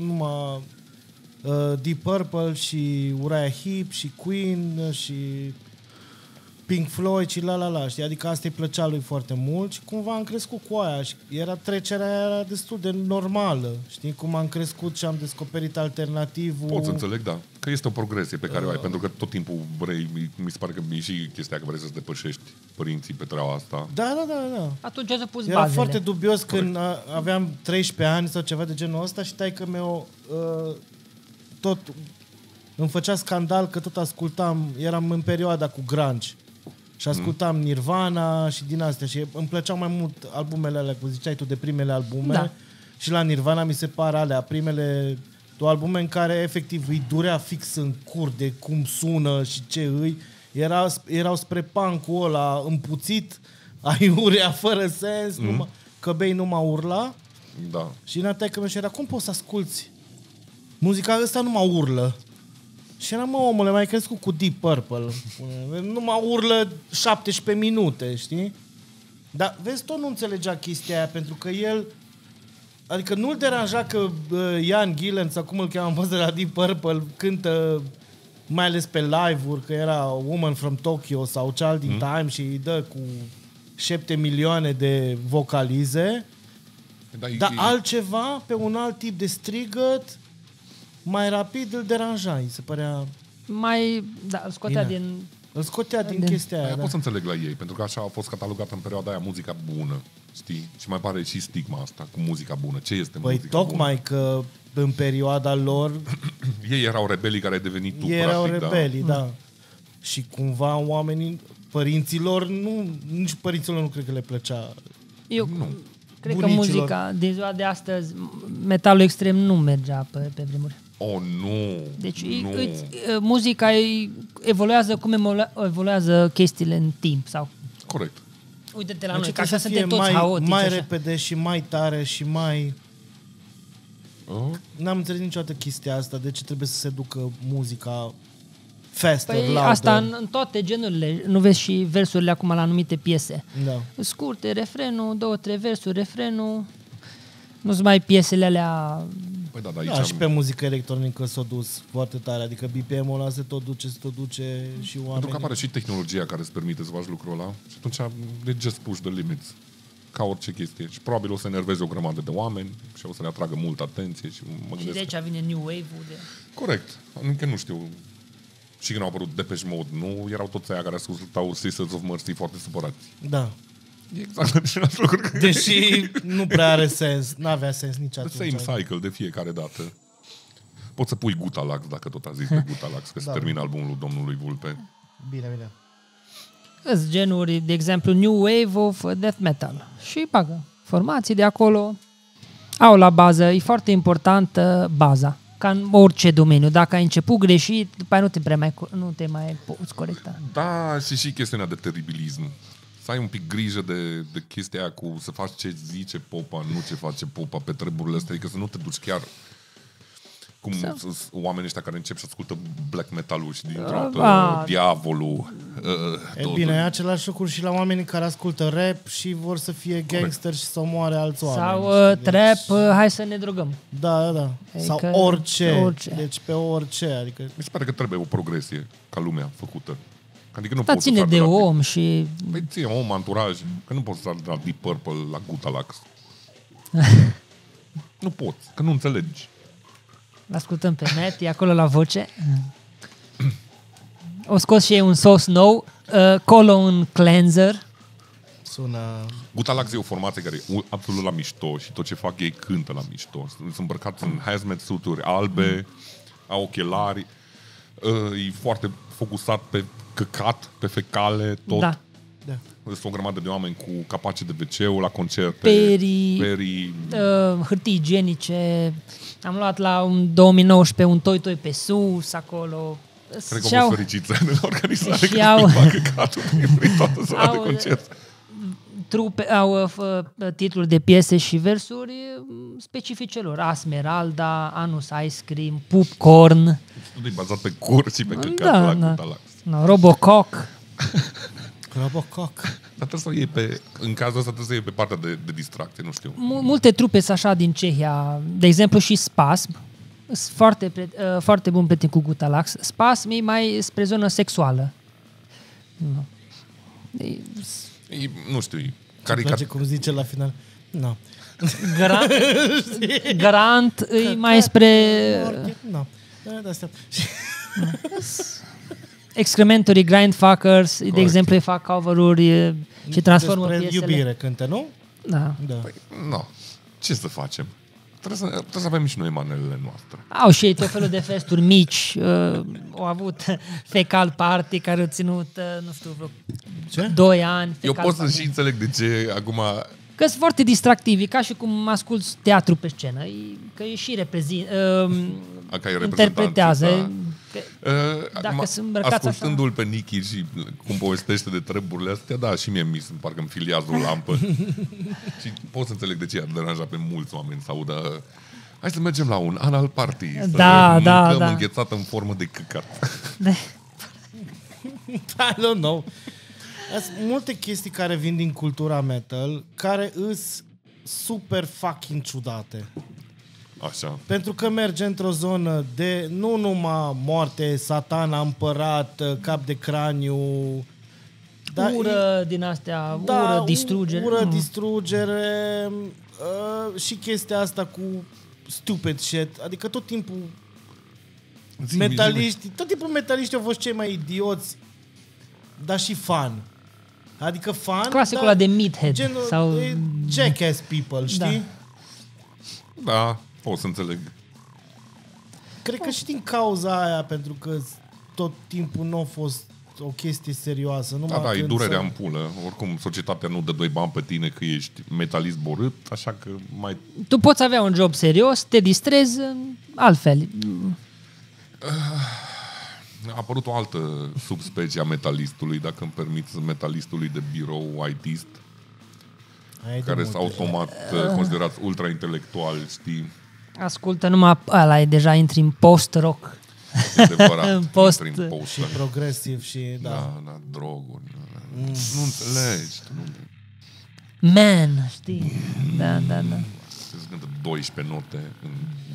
numai uh, Deep Purple și Uriah Heep și Queen și Pink Floyd și la la la, știi? Adică asta îi plăcea lui foarte mult și cumva am crescut cu aia și era trecerea aia era destul de normală, știi? Cum am crescut și am descoperit alternativul. Pot să înțeleg, da. Că este o progresie pe care Da. o ai, pentru că tot timpul vrei, mi- mi se pare că e și chestia că vrei să-ți depășești părinții pe treaba asta. Da, da, da, da. Atunci să pus Era bazele. foarte dubios când a, aveam 13 ani sau ceva de genul ăsta și taică meu uh, tot îmi făcea scandal că tot ascultam, eram în perioada cu grunge și ascultam Nirvana și din astea și îmi plăceau mai mult albumele alea, cum ziceai tu, de primele albume Da. și la Nirvana mi se par alea, primele două albume în care efectiv îi durea fix în cur de cum sună și ce îi, era, erau spre pancul ăla împuțit, aiurea fără sens, mm. numai, căbei numai urla Da. și în taică mi era, cum poți să asculti? Muzica asta nu mă urlă. Și eram, mă, omule, mai crescut cu Deep Purple. Nu mă urlă 17 minute, știi? Dar vezi, tot nu înțelegea chestia aia, pentru că el... Adică nu-l deranja că uh, Ian Gillen, sau cum îl cheamă fost de la Deep Purple, cântă mai ales pe live-uri, că era Woman from Tokyo sau Child in Time și îi dă cu 7 milioane de vocalize. Da, Dar altceva, pe un alt tip de strigăt, mai rapid îl deranja, îi se părea... Mai, da, îl scotea Bine. din... Îl scotea din Da. chestia Aia aia, da. pot să înțeleg la ei, pentru că așa a fost catalogată în perioada aia muzica bună, știi? Și mai pare și stigma asta cu muzica bună. Ce este Păi muzica tocmai că în perioada lor bună? Ei erau rebelii care ai devenit tu, ei erau practic, rebelii, Mm. da. da. Și cumva oamenii, părinților, nu, nici părinților nu cred că le plăcea. Eu nu. cred Bunicilor. că muzica din ziua de astăzi, metalul extrem nu mergea pe, pe vremuri. Da. O, nu! Deci nu. nu. Îți, muzica îi evoluează cum evolua- evoluează chestiile în timp. sau Corect. Uite-te la Deci noi, că trebuie așa să fie suntem toți mai, haotici. mai așa. repede și mai tare și mai... Uh? N-am înțeles niciodată chestia asta, de ce trebuie să se ducă muzica faster, Păi louder. asta în, în toate genurile, nu vezi și versurile acum la anumite piese. Da. Scurte, refrenul, două, trei versuri, refrenul, nu-ți mai piesele alea... Păi da, da, aici Da, am... și pe muzică electronică s-a dus foarte tare, adică BPM-ul ăla se tot duce, se tot duce și Pentru oamenii... că apare și tehnologia care îți permite să faci lucrul ăla și atunci they just push the limits ca orice chestie. Și probabil o să enerveze o grămadă de oameni și o să le atragă multă atenție și mă Și de gândesc că... aici vine New Wave-ul de... Corect. Încă nu știu. Și când au apărut Depeche Mode, nu erau toți aia care ascultau Sisters of Mercy foarte supărați. Da. E Exact același lucru. Deși nu prea are sens, n-avea sens nici The atunci. same cycle de fiecare dată. Poți să pui Gutalax, dacă tot a zis de Gutalax, că se termină albumul domnului Vulpe. Bine, bine. Sunt genuri, de exemplu, New Wave of Death Metal. Și bagă formații de acolo. Au la bază, e foarte importantă baza. Ca în orice domeniu. Dacă ai început greșit, după aia nu te, prea mai, co- nu te mai poți corecta. Da, și și chestiunea de teribilism. Să ai un pic grijă de, de chestia aia cu să faci ce zice popa, nu ce face popa pe treburile astea, adică să nu te duci chiar cum sunt oamenii ăștia care încep să ascultă black metal-ul și dintr-o dată da. diavolul. Uh, E tot- bine, e același lucru și la oamenii care ascultă rap și vor să fie gangster și să omoare alți oameni. Deci, Sau uh, trap, uh, hai să ne drogăm. Da, da, da. Adică Sau orice. orice. Deci pe orice, adică... Mi se pare că trebuie o progresie ca lumea făcută. Adică nu Da, poți să ține sari de la- om și... Păi ție, om, anturaj, că nu poți să sari de la Deep Purple la Gutalax. nu poți, că nu înțelegi. L-ascultăm pe net, e acolo la voce. O scos și ei un sos nou, uh, colo un cleanser. Sună... Gutalax e o formație care e u- absolut la mișto și tot ce fac ei cântă la mișto. Sunt îmbrăcați în hazmat suit Mm. albe, au ochelari, uh, e foarte focusat pe căcat, pe fecale, tot. Da. Da. Sunt o grămadă de oameni cu capace de wc la concerte. Perii. Perii. uh, hârtii igienice. Am luat la un 2019 un toi-toi pe sus, acolo. Cred că Și au au- fost fericiți de la organizare. și că au- nu-i facă căcatul prin toată sala de au- concert. trupe, au uh, f- uh, titluri de piese și versuri um, specifice lor. Asmeralda, Anus Ice Cream, Popcorn, Nu-i bazat pe cur și pe căcatul Da, da, la da. da. Dar no, Robocock. Crabococ. trebuie să o iei pe, în cazul ăsta trebuie să o iei pe partea de, de distracție, nu știu. Mu- Multe trupe sunt așa din Cehia, de exemplu și Spasm. Sunt foarte, pre- uh, foarte bun prieten cu Gutalax. Spasm e mai spre zonă sexuală. Nu. E E, nu știu, e Îmi place caricat. cum zice la final. Na. Uh. Grant, Grant e mai spre Orchid, Na. Da, da, asta. Și excrementorii grindfuckers, de Corect. exemplu, ei fac cover-uri e, și transformă despre piesele. iubire cântă, nu? Da. Da. Păi, nu. Ce să facem? Trebuie să, trebuie să avem și noi manelele noastre. Au și ei tot felul de festuri mici. Uh, au avut Fecal Party, care au ținut, uh, nu știu, vreo Ce? 2 ani. Eu Fecal pot să Party. și înțeleg de ce acum... Că sunt foarte distractivi, ca și cum asculți teatru pe scenă. E- Că e și reprezint, A, ca e uh, reprezentanții, interpretează. da. Că, Uh, Dacă acum, sunt îmbrăcați ascultându-l pe Nichi și cum povestește de treburile astea, da, și mie mi se parcă îmi filiază o lampă. și pot să înțeleg de ce ar deranja pe mulți oameni să audă Hai să mergem la un anal party, să Da, mâncăm da, da. înghețată în formă de căcat. I don't know. Sunt multe chestii care vin din cultura metal, care îs super fucking ciudate. Așa. Pentru că merge într-o zonă de nu numai moarte, satana, împărat, cap de craniu, da, dar ură din astea, Da, ură, u- distrugere. Ură, Mm. distrugere uh, și chestia asta cu stupid shit. Adică tot timpul Zi-mi, zi-mi. metaliști, tot timpul metaliștii au fost cei mai idioți, dar și fan. Adică fan, Clasicul dar ăla de meathead genul sau- de jackass people, știi? Da. Da, pot să înțeleg. Cred că și din cauza aia, pentru că tot timpul nu a fost o chestie serioasă. Numai Da, da, e când durerea să- în pulă. Oricum, societatea nu dă doi bani pe tine că ești metalist borât, așa că mai... Tu poți avea un job serios, te distrezi în- altfel. A apărut o altă subspecie a metalistului, dacă îmi permiți, metalistului de birou IT-ist, Aia e de care mult. s-au automat uh, considerați ultra-intelectual, știi? Ascultă numai ăla, e deja intri în post-rock. E adevărat. Post. intri în post. Da, progresiv și da. da, da droguri. Nu înțelegi. tu Nu, Man, știi? Da, da, da. se cântă 12 note în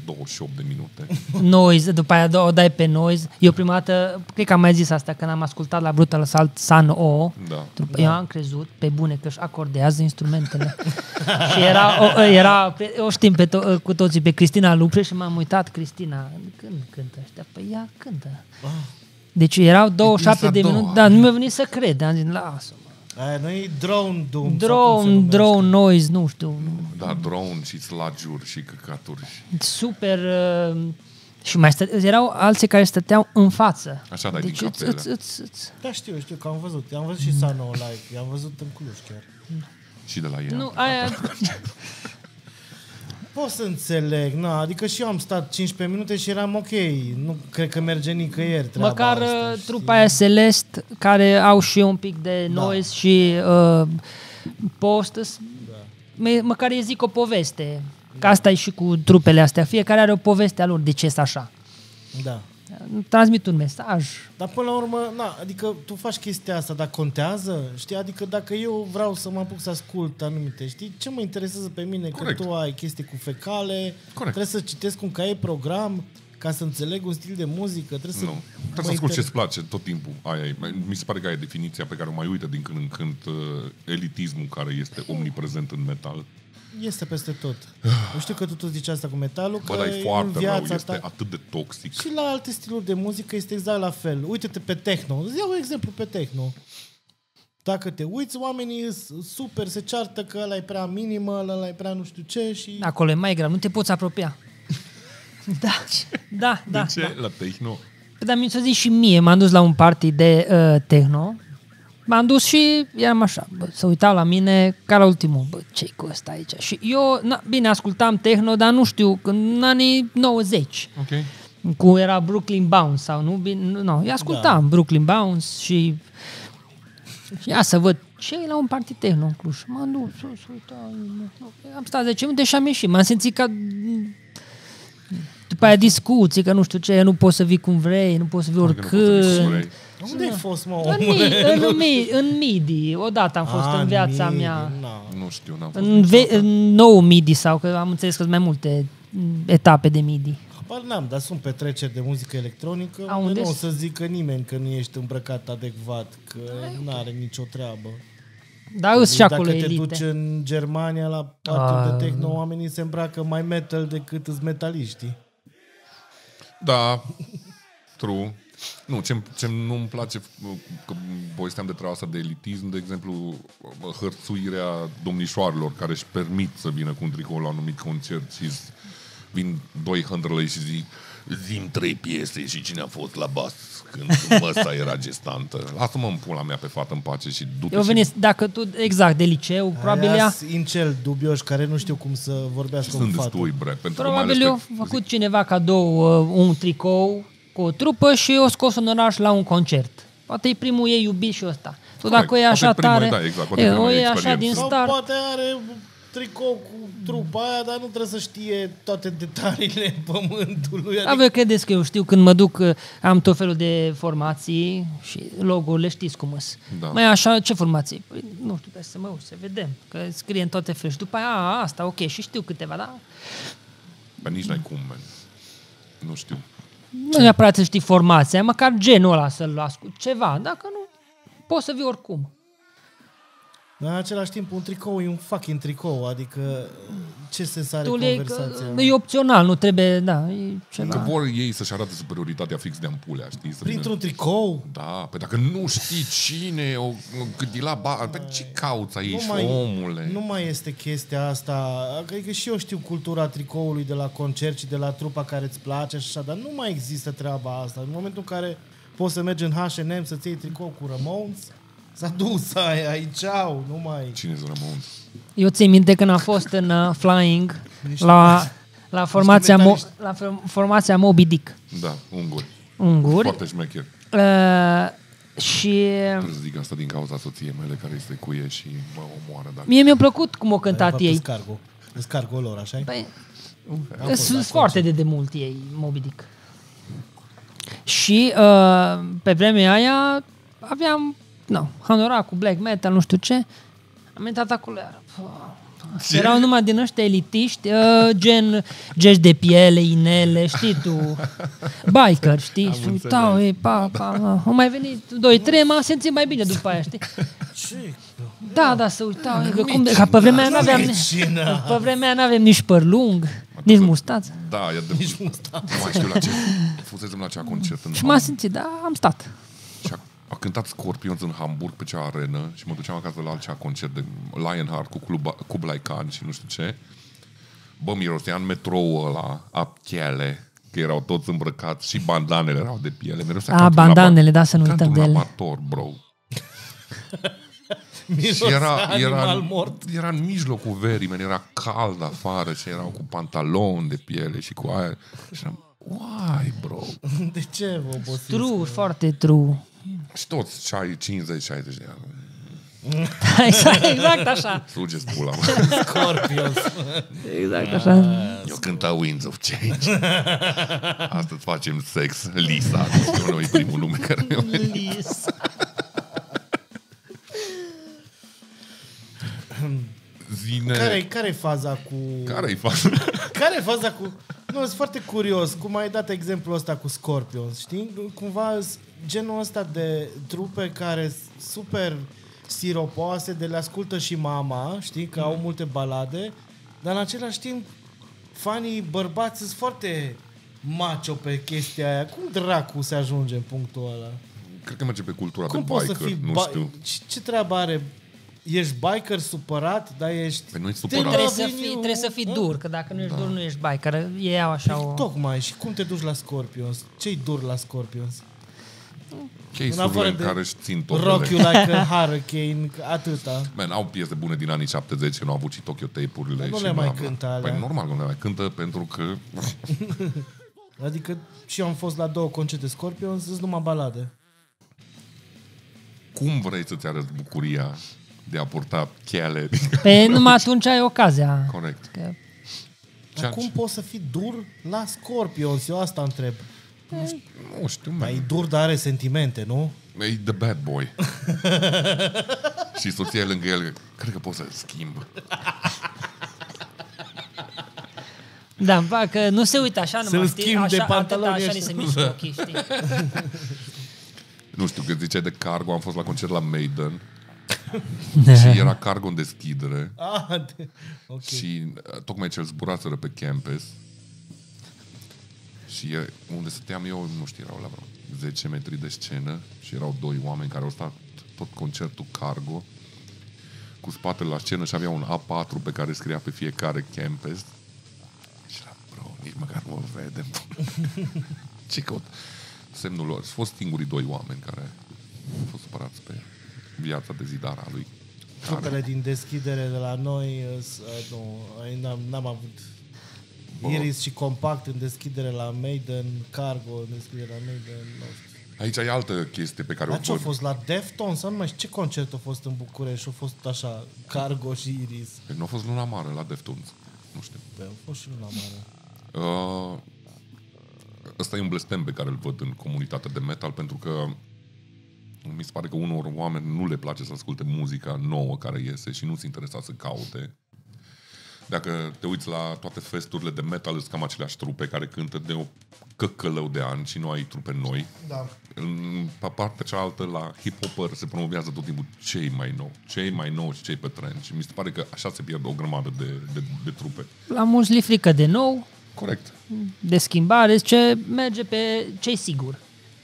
28 de minute. Noise, după aia o dai pe noise. Eu prima dată, cred că am mai zis asta, când am ascultat la Brutal Assault San O, Da. trupă- eu am crezut, pe bune, că își acordează instrumentele. și era, o, era, pe- o știm pe to- cu toții, pe Cristina Lupre și m-am uitat, Cristina, când cântă ăștia? Păi ea cântă. Deci erau 27 de prins a doua. minute, dar nu mi-a venit să cred, am zis, lasă-mă. Da. Aia nu e drone doom. sau cum se Drone, numește. drone noise, nu știu, Da, drone și slagiuri și căcaturi. și- super... uh, Și mai stă, erau alții care stăteau în față. Așa, dai deci din îți, capele. îți, îți, îți. Da, știu, știu că am văzut. Am văzut și Sano live. I-am văzut în Cluj chiar. Și de la ea. Nu, aia, Pot să înțeleg, na, adică și eu am stat 15 minute și eram ok. Nu cred că merge nicăieri treaba măcar asta, asta, știi? trupa aia Celest, care au și un pic de noise și uh, post, da. măcar ei zic o poveste. Că asta e și cu trupele astea. Fiecare are o poveste a lor de ce sunt așa. Da. Transmit un mesaj. Dar până la urmă, na, adică tu faci chestia asta, dar contează? Știi, adică dacă eu vreau să mă apuc să ascult anumite, știi, ce mă interesează pe mine Corect. că tu ai chestii cu fecale, Corect. trebuie să citesc un caiet program ca să înțeleg un stil de muzică, trebuie să... Nu. mă Trebuie să ascult inter- ce-ți place tot timpul. Aia e. Mi se pare că aia e definiția pe care o mai uită din când în când uh, elitismul care este omniprezent în metal. Este peste tot. Eu știu că tu tot zici asta cu metalul, Ah. Bă, că dar în e foarte rău, viața este ta... atât de toxic. Și la alte stiluri de muzică este exact la fel. Uite-te pe techno. Îți iau un exemplu pe techno. Dacă te uiți, oamenii sunt super, se ceartă că ăla e prea minimal, ăla e prea nu știu ce și... Acolo e mai grav, nu te poți apropia. Da, da, da. de ce? La techno? Păi, Dar mi s-a zis și mie, m-am dus la un party de uh, techno. M-am dus și eram așa, bă, să uita la mine, ca la ultimul, bă, ce cu ăsta aici? Și eu, na, bine, ascultam techno, dar nu știu, când în anii 90, Ok. cu era Brooklyn Bounce sau nu, bine, nu, nu eu ascultam da. Brooklyn Bounce și, și ia să văd ce e la un partid tehno în Cluj. M-am dus, să- să uitam, nu. am stat 10 minute și am ieșit, m-am simțit ca după aia discuții, că nu știu ce, nu poți să vii cum vrei, nu poți să vii Că nu poți să oricând. discuți. Unde ai fost, mă, În, omule? mi, în, mi, în MIDI, odată am fost A, în viața mine, mea. na. Nu știu, n-am fost. În, ve- în nou MIDI sau că am înțeles că sunt mai multe m, etape de MIDI. Habar n-am, dar sunt petreceri de muzică electronică A, unde, unde nu o sunt? să zică nimeni că nu ești îmbrăcat adecvat, că nu are nicio treabă. Dar îs și Deci acolo Dacă te duci elite. în Germania la partul de techno, oamenii se îmbracă mai metal decât îți metaliștii. Da, true. Nu, ce, ce nu-mi place, uh, că povesteam de treaba asta de elitism, de exemplu, uh, hărțuirea domnișoarelor care își permit să vină cu un tricou la un anumit concert și îți vin doi hândrălăi și zic zim trei piese și cine a fost la bas când măsa era gestantă. Lasă-mă în pula mea pe fată în pace și du-te Eu și veni, dacă tu, exact, de liceu, probabil ea, Aia-s incel dubioși care nu știu cum să vorbească cu sunt fatul. destui, bre, pentru probabil că mai i-a ales pe- făcut cineva cadou uh, un tricou cu o trupă și o scos în oraș la un concert. Poate e primul ei iubit și ăsta. Tu Corect. dacă e Poate așa e primul, tare, da, exact, poate e e, prima o e așa experiență. din Sau start. poate are tricou cu trupa aia, dar nu trebuie să știe toate detaliile pământului. Adică... Adică Voi credeți că eu știu când mă duc, uh, am tot felul de formații și logo-urile știți cum sunt. Da. Mai așa, ce formații? Păi, nu știu, trebuie să mă uit, să vedem, că scrie în toate felurile. Și după aia, a, asta, ok, și știu câteva, da? dar Dar nici n-ai cum, man. Nu știu. nu neapărat să știi formația, măcar genul ăla să-l las cu ceva, dacă nu, poți să vii oricum. Dar în același timp un tricou e un fucking tricou, adică ce sens are Tu le, că, conversația? e opțional, nu trebuie, da, e Că ceva. vor ei să-și arate superioritatea fix de ampulea, știi? Să vină- Printr-un tricou? Da, pe dacă nu știi cine o gâdila ba, pe ce cauți aici, mai- omule? Nu mai este chestia asta. Adică și eu știu cultura tricoului de la concert și de la trupa care îți place și așa, dar nu mai există treaba asta. În momentul în care poți să mergi în H&M să-ți iei tricou cu Ramones, s-a dus aia, ai ceau, nu mai... Cine să rămân? Eu țin minte când am fost în uh, Flying la, la, formația Mo- metaliști. la form- formația Moby Dick. Da, unguri. Unguri, Foarte șmecher. Uh, și Trebuie să zic asta din cauza soției mele care este cuie și mă omoară. Dar... mie mi-a plăcut cum au cântat Ei. ei. Scargo. Scargo lor, așa e? Păi, sunt foarte de demult ei, Moby Dick. Și uh, pe vremea aia aveam, nu, hanora cu black metal, nu știu ce. Am intrat acolo iar. Erau numai din ăștia elitiști, uh, gen gești de piele, inele, știi tu, biker, știi? Și uitau, ei, pa, pa, pa. Au mai venit 2-3, m-am simțit mai bine după aia, știi? Ce? Da, da, să uitau, că cum de, ca pe vremea aia n-aveam... Cine? Pe vremea aia n-avem nici păr lung, nici mustață. Da, e de... Nici nu mai știu la ce. Fusesem la cea concert în Și m-am simțit, da, am stat. Și a, a cântat Scorpions în Hamburg pe cea arenă și mă duceam acasă la altcea concert de Lionheart cu Cluba, Kublai Khan și nu știu ce. Bă, mirosea în metrou ăla a piele, că erau toți îmbrăcați și bandanele erau de piele. Mirosea A, ca într-un bandanele, laba- da, să nu ca uităm într-un de ele. laborator, bro. Și Era, era, animal era, mort. era în mijlocul verii, man, era cald afară și erau cu pantaloni de piele și cu aia. Și eram, why, bro? De ce vă obosiți? True, foarte true. Și toți ceai 50-60 de ani. Exact, exact așa. Sugeți pula, mă. Scorpions. Exact așa. Eu cânta Winds of Change. Astăzi facem sex. Lisa. nu știu, Nu e primul nume care mi-a venit. Lis. Zine... care, care e faza cu... Care-i faza? Care e faza cu... Nu, sunt foarte curios cum ai dat exemplul ăsta cu Scorpions, știi? Cumva s- genul ăsta de trupe care s- super siropoase, de le ascultă și mama, știi? Că Mm. au multe balade, dar în același timp fanii bărbați sunt foarte macho pe chestia aia. Cum dracu se ajunge în punctul ăla? Cred că merge pe cultura Cum de poți biker, să fii... nu ba- știu. Ce, ce treabă are... Ești biker supărat, dar ești... Păi nu-i Te Ă? supărat. love Trebuie să in fii, you. trebuie să fii dur, că dacă nu ești dur, nu ești biker. Ei au așa o... Tocmai, și cum te duci la Scorpions? Ce-i dur la Scorpions? Case-urile în care își țin Rock you toturile. like a hurricane, că atâta. Man, au piese bune din anii 70, că nu au avut și Tokyo Tape-urile. Nu și le mai bla, bla. cântă alea. Păi normal că nu le mai cântă, pentru că... Adică și eu am fost la două concerte Scorpions, sunt numai balade. Cum vrei să-ți arăți bucuria de a purta cheale? Pe numai atunci ai ocazia. Corect. Că Ceea Dar cum poți să fii dur la Scorpions? Eu asta întreb. Nu știu, Dar e man. dur, dar are sentimente, nu? E the bad boy. și soția e lângă el, cred că pot să schimb. Da, îmi plac că nu se uită așa numai, Să-l știi? schimb de Așa, pantaloni atâta, așa ăștia. ni se mișcă ochii, știi? Nu știu, că ziceai de Cargo, am fost la concert la Maiden. și era Cargo în deschidere. Ah, de... ok. Și uh, tocmai cel zburaseră pe campus și uh, unde stăteam eu, nu știu, erau la vreo 10 metri de scenă și erau doi oameni care au stat tot concertul cargo cu spatele la scenă și avea un A4 pe care scria pe fiecare campus și la bro, nici măcar nu mă vedem. Ce căut? Semnul lor. Au fost singurii doi oameni care au fost supărați pe viața de zidara lui. Cargo. Trupele din deschidere de la noi, uh, s- uh, nu, ai- n-am, n-am avut Iris și Compact în deschidere la Maiden, Cargo în deschidere la Maiden, nu știu. Aici e altă chestie pe care Dar ce o a văd. fost la Deftones? Sau Nu mai știu ce concert a fost în București, a fost așa Cargo și Iris. Păi nu a fost luna mare la Deftones. Nu știu. Păi a fost și luna mare. Uh, ăsta e un blestem pe care îl văd în comunitatea de metal, pentru că mi se pare că unor oameni nu le place să asculte muzica nouă care iese și nu sunt interesați să caute. Dacă te uiți la toate festurile de metal, sunt cam aceleași trupe care cântă de o căcălău de ani și nu ai trupe noi. Da. În pe partea cealaltă, la hip hopper se promovează tot timpul cei mai nou, cei mai nou și cei pe trend. Și mi se pare că așa se pierde o grămadă de, de, de trupe. La mulți li frică de nou, Corect. de schimbare, ce merge pe ce sigur.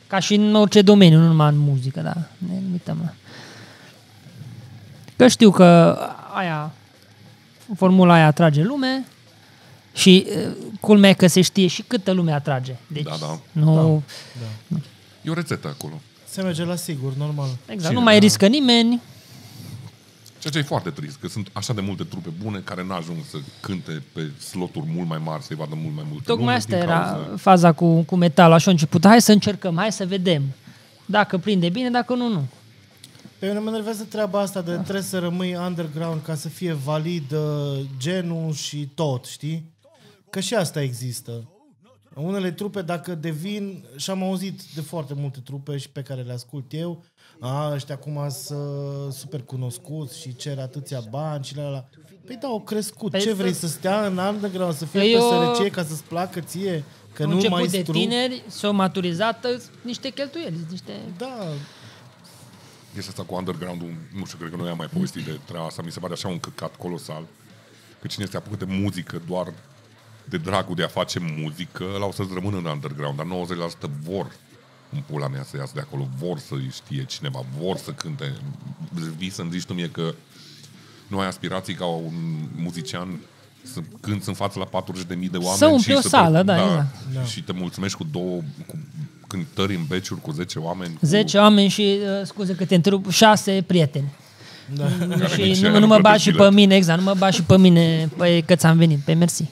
Ca și în orice domeniu, nu numai în muzică, da, ne limităm la. Că știu că aia, formula aia atrage lume și eh, culmea e că se știe și câtă lume atrage. Deci, Da, da. Nu, E o rețetă acolo. Se merge la sigur, normal. Exact, Și- nu mai riscă nimeni. Ceea ce e foarte trist, că sunt așa de multe trupe bune care n-ajung să cânte pe sloturi mult mai mari, să-i vadă mult mai multe Tocmai lume asta din era cauza- faza cu, cu metalul, așa a început. Hai să încercăm, hai să vedem. Dacă prinde bine, dacă nu, nu. Pe mine Păi, mă enervează treaba asta de trebuie să rămâi underground ca să fie valid uh, genul și tot, știi? Că și asta există. Unele trupe, dacă devin, și am auzit de foarte multe trupe și pe care le ascult eu, a, ăștia acum sunt super cunoscuți și cer atâția bani și la la. Păi da, au crescut. Păi Ce sunt- vrei să stea în underground, să fie Păi pe eu- sărăcie ca să-ți placă ție? Că Au nu început mai de stru... tineri, s-au maturizat îs niște cheltuieli, îs niște... Da, Chestia asta cu underground-ul, nu știu, cred că noi am mai povestit de treaba asta, mi se pare așa un căcat colosal. Că cine se apucă de muzică doar de dragul de a face muzică, ăla o să-ți rămână în underground, dar 90% vor în pula mea să iasă de acolo, vor să știe cineva, vor să cânte. Vii să-mi zici tu mie că nu ai aspirații ca un muzician să cânți în față la 40.000 de oameni Să umpli și o te- sală, da, exact. da. Și te mulțumești cu două cu cântări în beciuri cu 10 oameni. cu- 10 oameni și, uh, scuze că te întrerup, 6 prieteni. Da. Care nici Și ele nu, nu nu mă plătesc bat și pe bilet. mine, exact, nu mă bat și pe mine, păi că ți-am venit, pe mersi.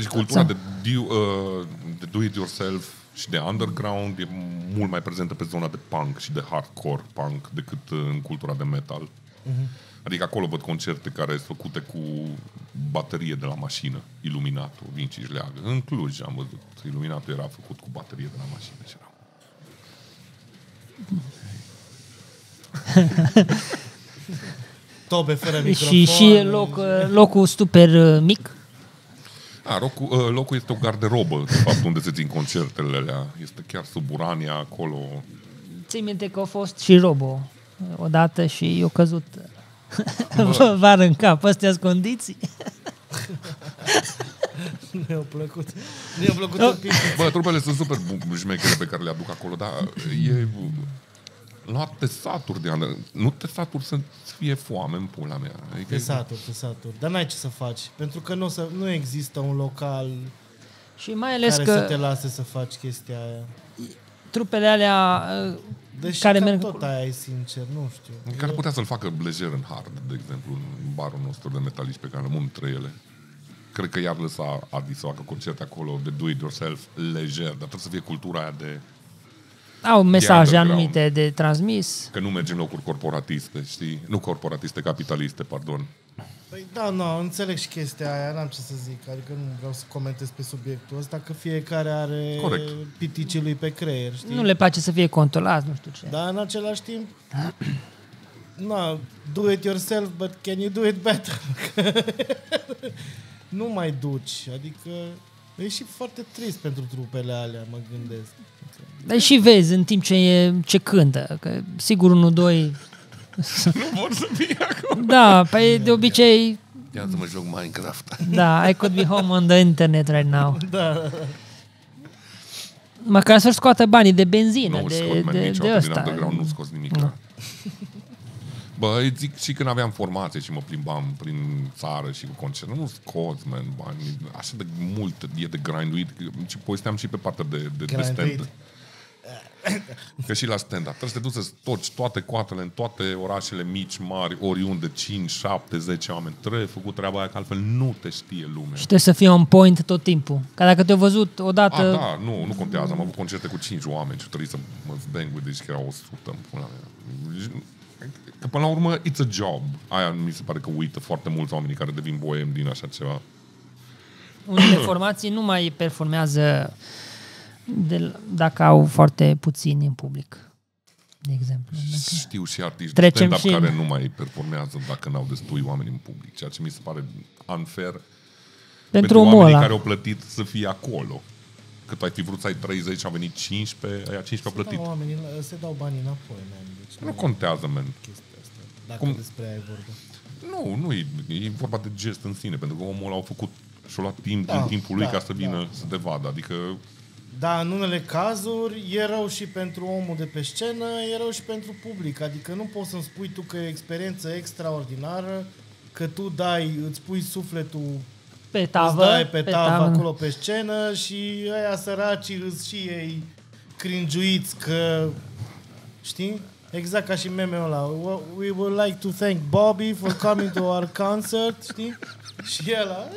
Și cultura de do, uh, de do-it-yourself și de underground e mult mai prezentă pe zona de punk și de hardcore punk decât uh, în cultura de metal. Adică acolo văd concerte care sunt făcute cu baterie de la mașină, iluminatul, vinci și leagă. În Cluj am văzut, iluminatul era făcut cu baterie de la mașină și era... tobe fără microfon. Și, și e loc, uh, locul super uh, mic. A, locul, uh, locul este o garderobă, de fapt, unde se țin concertele alea. Este chiar sub Urania, acolo. Ții minte că a fost și Robo uh, odată și eu căzut Vă vară în cap, astea condiții. Mi-a plăcut. Mi-a plăcut un pic. Bă, trupele sunt super bu- șmechere pe care le aduc acolo, dar e... La te saturi de ani. Nu te saturi să fie foame în pula mea. Adică, Te saturi, te saturi. Dar n-ai ce să faci. Pentru că nu, o să, nu există un local Și mai ales care că... să te lase să faci chestia aia. trupele alea uh, Deși care Deci cam merg tot da. acolo. aia e sincer, nu știu. Care putea să-l facă blejer în hard, de exemplu, în barul nostru de metaliști pe care rămân trei ele. Cred că i-ar lăsa Adi să facă concerte acolo de do-it-yourself lejer, dar trebuie să fie cultura aia de Au mesaje underground. anumite de transmis. că nu mergi în locuri corporatiste, știi? Nu corporatiste, capitaliste, pardon. Păi da, nu, înțeleg și chestia aia, n-am ce să zic, adică nu vreau să comentez pe subiectul ăsta, că fiecare are Corect. piticii lui pe creier, știi? Nu le place să fie controlați, nu știu ce. Dar în același timp, na, do it yourself, but can you do it better? nu mai duci, adică e și foarte trist pentru trupele alea, mă gândesc. Dar și vezi în timp ce, e, ce cântă, că sigur unul, doi... Nu vor să fie acolo. Da, păi de obicei, Ia să mă joc Minecraft. da, I could be home on the internet right now. Da, Măcar să-și scoată banii de benzină, Nu, de, scot, man, de, de niciodată din ăsta. underground nu scos nimic. Bă, îi zic și când aveam formație și mă plimbam prin țară și cu concerte, nu scot, man, bani, așa de mult e de grinduit, că- și povesteam și pe partea de, de, de Grinduit. stand. Că și la stand trebuie să te duci să stoci toate coatele în toate orașele mici, mari, oriunde, 5, 7, 10 oameni. Trebuie făcut treaba aia, că altfel nu te știe lumea. Și trebuie să fie on point tot timpul. Ca dacă te-au văzut A, odată... da, nu, nu contează. Am avut concerte cu 5 oameni și trebuie să mă zbeng, uite, deci că erau 100 în pula mea. Că până la urmă, it's a job. Aia mi se pare că uită foarte mulți oamenii care devin boem din așa ceva. Unele formații nu mai performează de, dacă au foarte puțini în public, de exemplu. Știu și artiști de Trecem stand-up și în- care nu mai performează dacă n-au destui oameni în public, ceea ce mi se pare unfair Pentru omul oamenii ăla. care au plătit să fie acolo. Cât ai fi vrut să ai 30 și au venit 15, aia 15 au da, plătit. oamenii la- se dau banii înapoi, man, deci nu Nu contează, man. chestia asta, dacă Cum? Cum? despre aia e vorba. Nu, nu, e, e vorba de gest în sine, pentru că omul ăla a făcut și-a luat timp da, Da, din timpul lui da, da, ca să vină da, da. să te vadă, adică Da, în unele cazuri e rău și pentru omul de pe scenă, e rău și pentru public. Adică nu poți să-mi spui tu că e o experiență extraordinară, că tu dai, îți pui sufletul Pe îți tavă, dai pe tavă acolo pe scenă și aia săracii îți și ei cringiuiți că... Știi? Exact ca și meme-ul ăla. We would like to thank Bobby for coming to our concert, știi? Și el ăla...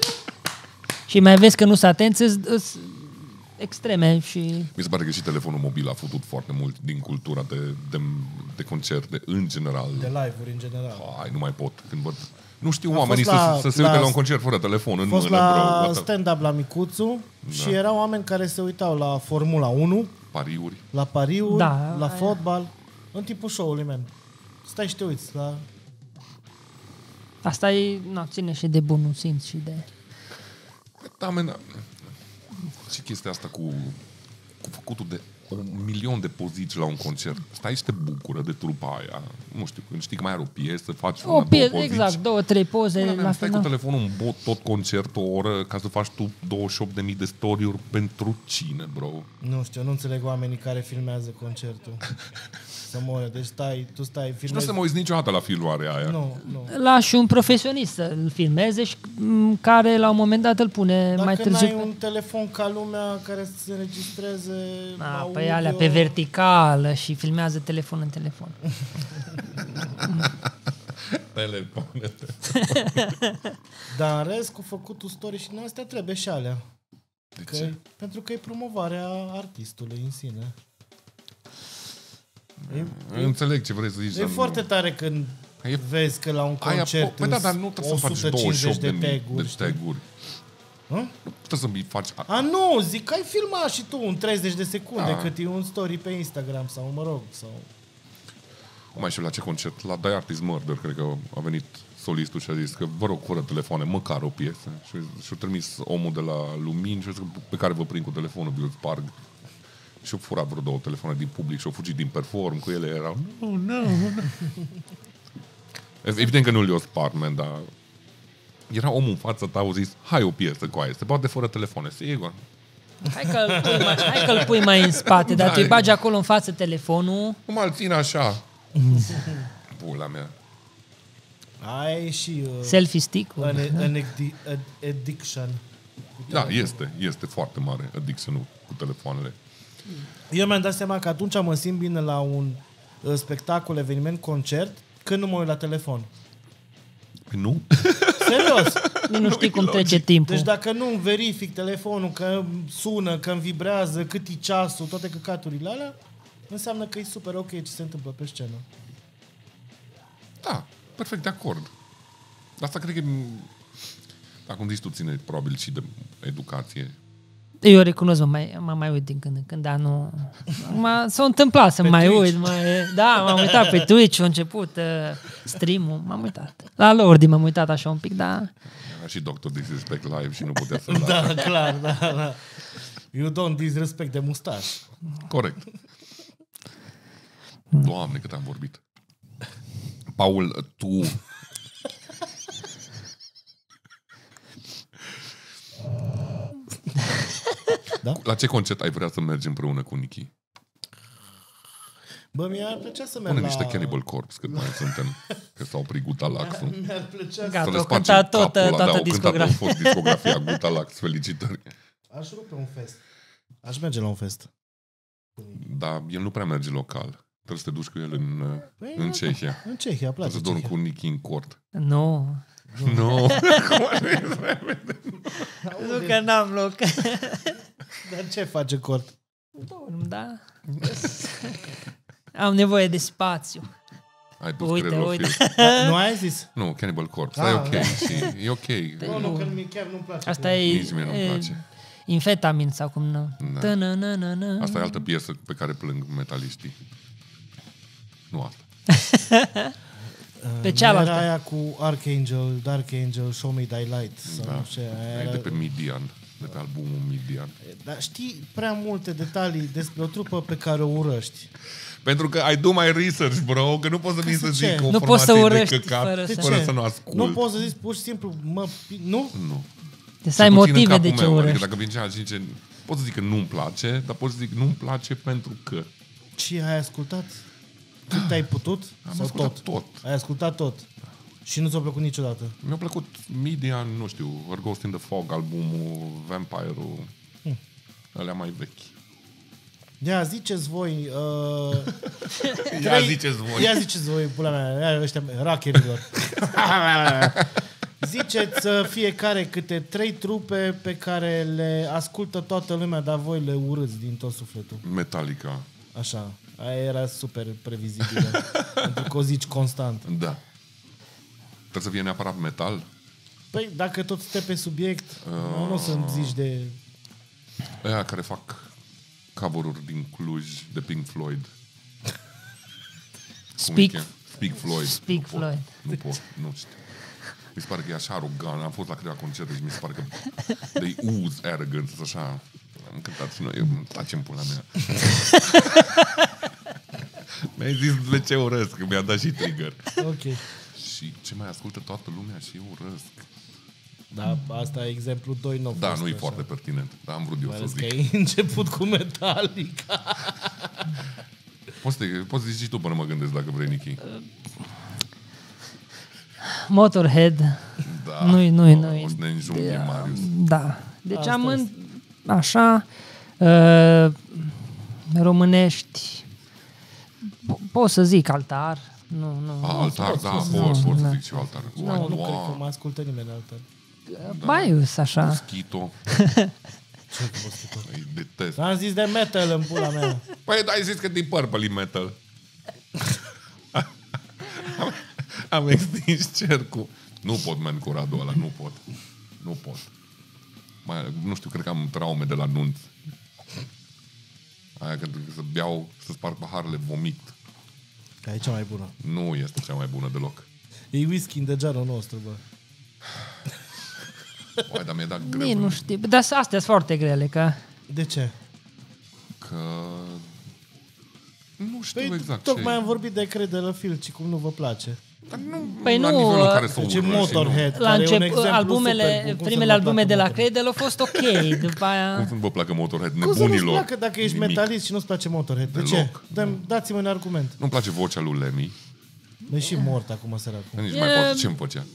Și mai vezi că nu sunt atenți, îs- îs extreme și... mi se pare că și telefonul mobil a făcut foarte mult din cultura de, de, de concerte în general. De live-uri în general. Ai, nu mai pot când văd. Nu știu Am oamenii fost la, la- să, să se la- uite la un concert fără telefon în A fost mână, la bro, stand... stand-up la Micuțu da. și erau oameni care se uitau la Formula 1, pariuri. la pariuri, Da, da, la aia. fotbal, în timpul show-ului, man. Stai și te uiți la... Asta e, na, ține și de bunul simț și de... Da, men, și chestia asta cu, cu făcutul de un milion de poziții la un concert. Stai și te bucură de trupa aia. Nu știu, când știi că mai are o piesă, faci O una, două pie, poziții. exact, două, trei poze Pula mea, la stai cu final. telefonul în bot tot concert o oră ca să faci tu 28.000 de story-uri pentru cine, bro? Nu știu, nu înțeleg oamenii care filmează concertul. să moare. Deci stai, tu stai, Și nu filmezi... se mă uiți niciodată la filmarea aia. No. nu, nu. Lași un profesionist să-l filmeze și m, care la un moment dat îl pune Dacă mai târziu. n-ai pe- un telefon ca lumea care să se înregistreze A, audio, păi alea pe verticală și filmează telefon în telefon. Telefoane. Dar în rest, cu făcutul story și din astea trebuie și alea. Că, ce? Pentru că e promovarea artistului în sine. Înțeleg ce vrei să zici. E dar nu- Păi foarte tare când E- e... vezi că la un Aia, concert păi da, dar nu trebuie să faci 28 de, Deci de de tag-uri. știi? tag-uri. Hă? Nu trebuie să-mi faci... A... A, nu, zic că ai filmat și tu în 30 de secunde, Da. da. cât e un story pe Instagram sau, mă rog, sau... Mai știu la ce concert. La Die Artist Murder, cred că a venit solistul și a zis că vă rog fără telefoane, măcar o piesă. Și și-a trimis omul de la Lumini și a zis că pe care vă prind cu telefonul, vi-l sparg. Și-a furat vreo două telefoane din public și-a fugit din perform, că ele erau... Nu, nu, nu. Evident că nu le-o spart, man, dar... Era omul în fața ta, au zis, hai o piesă cu aia, se poate fără telefoane, sigur. Hai că-l pui mai, hai că-l pui mai în spate, dar Da, tu e- îi bagi acolo în față telefonul. Cum al țin așa? Pula mea. Ai și uh, Selfie stick an, an addi- ad- addiction. Da, este, este foarte mare addiction cu telefoanele. Eu mi-am dat seama că atunci mă simt bine la un uh, spectacol, eveniment, concert, când nu mă uit la telefon. Păi Nu? Serios! Nu, nu știi cum trece timpul. Deci dacă nu verific telefonul, că îmi sună, că îmi vibrează, cât e ceasul, toate căcaturile alea, înseamnă că e super ok ce se întâmplă pe scenă. Da, perfect de acord. Asta cred că, dacă cum zici tu, ține probabil și de educație. Eu recunosc, mă mai, mă mai uit din când în când, dar nu... Acum s-a întâmplat să mai Twitch. uit. Mai, da, m-am uitat pe Twitch, a început uh, stream-ul, m-am uitat. La Lordi m-am uitat așa un pic, dar... Era și Dr. Disrespect live și nu putea să-l da. Da, clar, da, da. You don't disrespect de mustaș. Corect. Doamne, cât am vorbit. Paul, tu... Da? La ce concert ai vrea să mergi împreună cu Nichi? Bă, mi-ar plăcea să merg Pune la... niște Cannibal Corpse, cât mai suntem, că s-au oprit Gutalaxul. Mi-ar plăcea să... Să Gata, le o spargi cântat capul Da, toată, ăla, da, toată au cântat, au discografia. fost discografia Gutalax, felicitări. Aș rupe un fest. Aș merge la un fest. Dar Da, el nu prea merge local. Trebuie să te duci cu el în, uh, Păi în Cehia. În Cehia, Trebuie place să dormi Cehia. cu Nichi în cort. Nu. Nu, Nu că n-am loc. Dar ce face cort? Dorm, da. Am nevoie de spațiu. ai pus Uite, uite, uite. uite. Da, nu ai zis? Nu, Cannibal Corpse, da, e Ah, ok. Și, e ok. Nu, nu, că mi chiar nu-mi place. Asta e... Nici mie nu-mi e, place. Infetamin sau cum nu. Da. Da. Asta e altă piesă pe care plâng metaliștii. Nu asta. cealaltă. Pe cealaltă. Era aia cu Archangel, Dark Angel, Show Me Thy Light. Sau Da. nu știu, aia Ai era... de pe Midian, de pe albumul Midian. Dar știi prea multe detalii despre o trupă pe care o urăști. Pentru că ai do my research, bro, că nu poți să vin să să zic ce? o Nu poți să formație de urăști căcat fără să- fără să nu ascult. Nu poți să zici pur și simplu, mă, pi- nu? Nu. Deci să ai Cel puțin în motive de capul ce meu. urăști. Adică dacă vine cineva și zice, pot să zic că nu-mi place, dar pot să zic nu-mi place pentru că. Și ai ascultat cât ai putut? Am sau ascultat tot? tot. Ai ascultat tot. Și nu ți-a plăcut niciodată. Mi-a plăcut Midian, nu știu, Her Ghost in the Fog, albumul, Vampire-ul, Hmm. alea mai vechi. Ia ziceți voi... Uh, Ia ziceți voi. ia ziceți voi, pula mea, ia ăștia rackerilor. ziceți uh, fiecare câte trei trupe pe care le ascultă toată lumea, dar voi le urâți din tot sufletul. Metallica, Așa. Aia era super previzibilă. pentru că o zici constant. da. Trebuie să fie neapărat metal. Păi, dacă tot stai pe subiect, uh... nu o Ah. să-mi zici de... Aia care fac cover din Cluj, de Pink Floyd. Cum îi Speak. cheamă? Speak Floyd. Speak nu Floyd. Pot, nu pot, nu știu. Mi se pare că e așa arogant. Am fost la câteva concerte și mi se pare că they ooze arrogance, așa. Am cântat și noi, eu tacem pula mea. Mi-ai zis de ce urăsc, că mi-a dat și trigger. Ok. Și ce mai ascultă toată lumea și eu urăsc. Da, asta e exemplu 2 nou. Da, nu e foarte pertinent, dar am vrut eu Mai să ales zic. că ai început cu Metallica. Poți, să te, poți să zici și tu până mă gândesc dacă vrei, Nichi. Motorhead. Da. Nu-i- nu-i- nu-i. O să ne înjunghe, Marius. Da. Deci am în... Așa... Uh, românești... po- Pot să zic altar. Nu, nu. A, altar, da, Nu, pot, pot să da. zic și eu altar. Nu, Uai, nu cred că doamne, mă ascultă nimeni altă. Da. Baius, așa. Chito, îi detest. Am zis de metal în pula mea. Păi, ai zis că din Purple e metal. am, am extins cercul. Nu pot, man, cu Radu ăla, nu pot. Nu pot. Mai, nu știu, cred că am traume de la nunți. Aia când trebuie să beau, să sparg paharele, vomit. Că e cea mai bună. Nu este cea mai bună deloc. E whisky în degeanul nostru, bă. Oai, dar mi-e dat greu. Nici nu știu. Dar astea sunt foarte grele, că... De ce? Că... Nu știu Păi, exact tocmai ce am vorbit de crede la film și cum nu vă place. Dar nu, Păi la nu, nivelul în care uh, să Deci urmă și Motorhead, La care e un început, exemplu albumele, super, bun, cum să primele nu-ți placă albume de la Motorhead. Cradle au fost ok. Nu. După aia... Cum vă placă Motorhead? Cum să nu-ți Nebunilor. placă dacă ești Nimic. metalist și nu-ți place Motorhead? De ce? Deloc. Dă-mi- Dați-mi un argument. Nu-mi place vocea lui Lemmy. E și mort acum, săracul. Nici mai poate ce-mi făcea.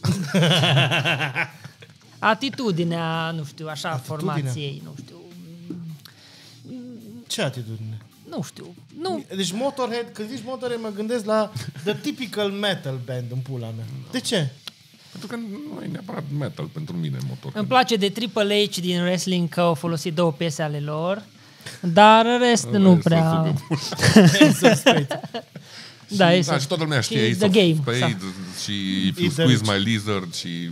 Atitudinea, nu știu, așa, formației, nu știu. Ce atitudine? Nu știu. Nu, Deci Motorhead, când zici Motorhead, mă gândesc la the typical metal band în pula mea. De ce? Pentru că nu e neapărat metal pentru mine motor. Îmi place de Triple H din wrestling că au folosit două piese ale lor, dar în rest nu Să prea... sugă pula. Da, Da, și toată lumea știe Ace Ace the of Game. da. sau- Spades și If You Either- Squeeze My Lizard și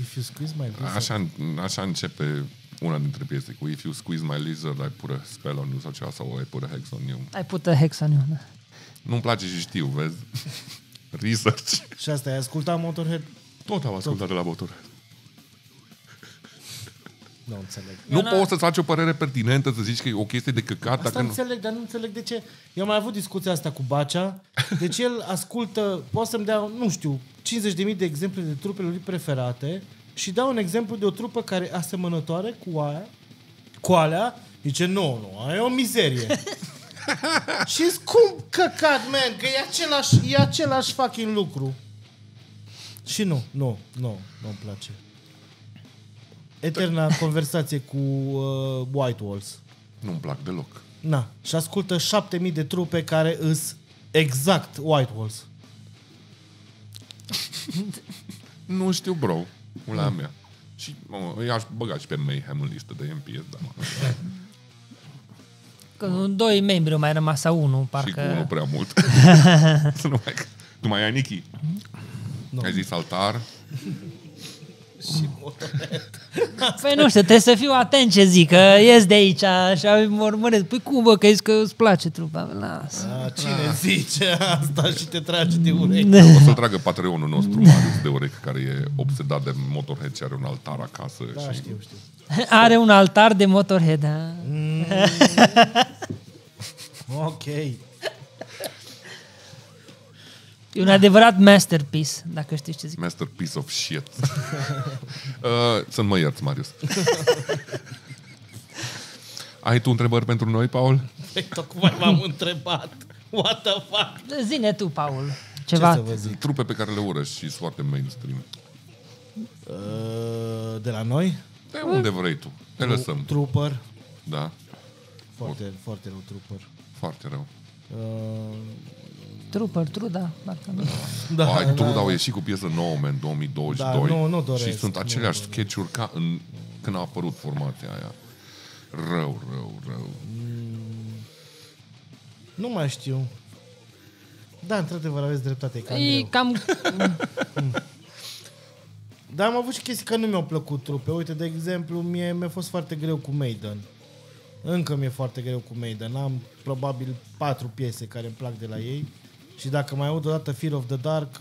If you squeeze my pussy. așa, așa începe una dintre piese cu If You Squeeze My Lizard, I put a spell on you sau ceva, sau I put a hex on you. Ai put a hex on you. da. Nu-mi place și știu, vezi? Research. Și asta, ai ascultat Motorhead? Tot am ascultat de la motor. Nu înțeleg. Nu poți să-ți faci o părere pertinentă să zici că e o chestie de căcat Asta dacă nu... înțeleg, dar nu înțeleg de ce. Eu am mai avut discuția asta cu Bacea. Deci el ascultă, poate să-mi dea, nu știu, 50.000 de exemple de trupele lui preferate și dau un exemplu de o trupă care e asemănătoare cu aia, cu alea, zice, nu, nu, aia e o mizerie. și e scump căcat, man, că e același, e același fucking lucru. Și nu, nu, nu, nu-mi place. Eterna conversație cu uh, White Walls. Nu-mi plac deloc. Na, și ascultă 7000 de trupe care îs exact White Walls. Nu știu, bro. Ula Mm. mea. Și mă, i-aș băga și pe Mayhem în listă de MPS, da, mă. Că în doi membri au mai rămas sau unul, Și cu unul parcă... prea mult. să nu mai... Tu mai ai Nichi? Nu. Ai zis altar? Păi nu știu, trebuie să fiu atent ce zic, că ies de aici și mă urmăresc. Păi cum, bă, că zici că îți place trupa? Lasă. A, Da, cine zice asta și te trage de urechi? O să-l tragă patreonul nostru, Marius de Orec, care e obsedat de Motorhead și are un altar acasă. Da, și... știu, știu. Are un altar de Motorhead, da? Ok. E un adevărat masterpiece, dacă știi ce zic. Masterpiece of shit. uh, să nu mă ierți, Marius. Ai tu întrebări pentru noi, Paul? Păi tocmai m-am întrebat. What the fuck? Zine tu, Paul, Ce ceva. să vă zic? Trupe pe care le urăști și sunt foarte mainstream. Uh, de la noi? De unde vrei tu. Te lăsăm. Trooper. Da. Foarte, foarte rău Trooper. Foarte rău. Uh, Trooper, truda, parcă nu. Da, Ai, Trud au ieșit cu piesă nouă, man, 2022. Da, nu- nu doresc, și sunt nu aceleași sketch-uri ca în, când a apărut formația aia. Rău, rău, rău. nu mai știu. Da, într-adevăr, aveți dreptate, e cam E greu. cam... Dar am avut și chestii că nu mi-au plăcut trupe. Uite, de exemplu, mie mi-a fost foarte greu cu Maiden. Încă mi-e foarte greu cu Maiden. Am probabil patru piese care îmi plac de la ei. Și dacă mai aud odată Fear of the Dark,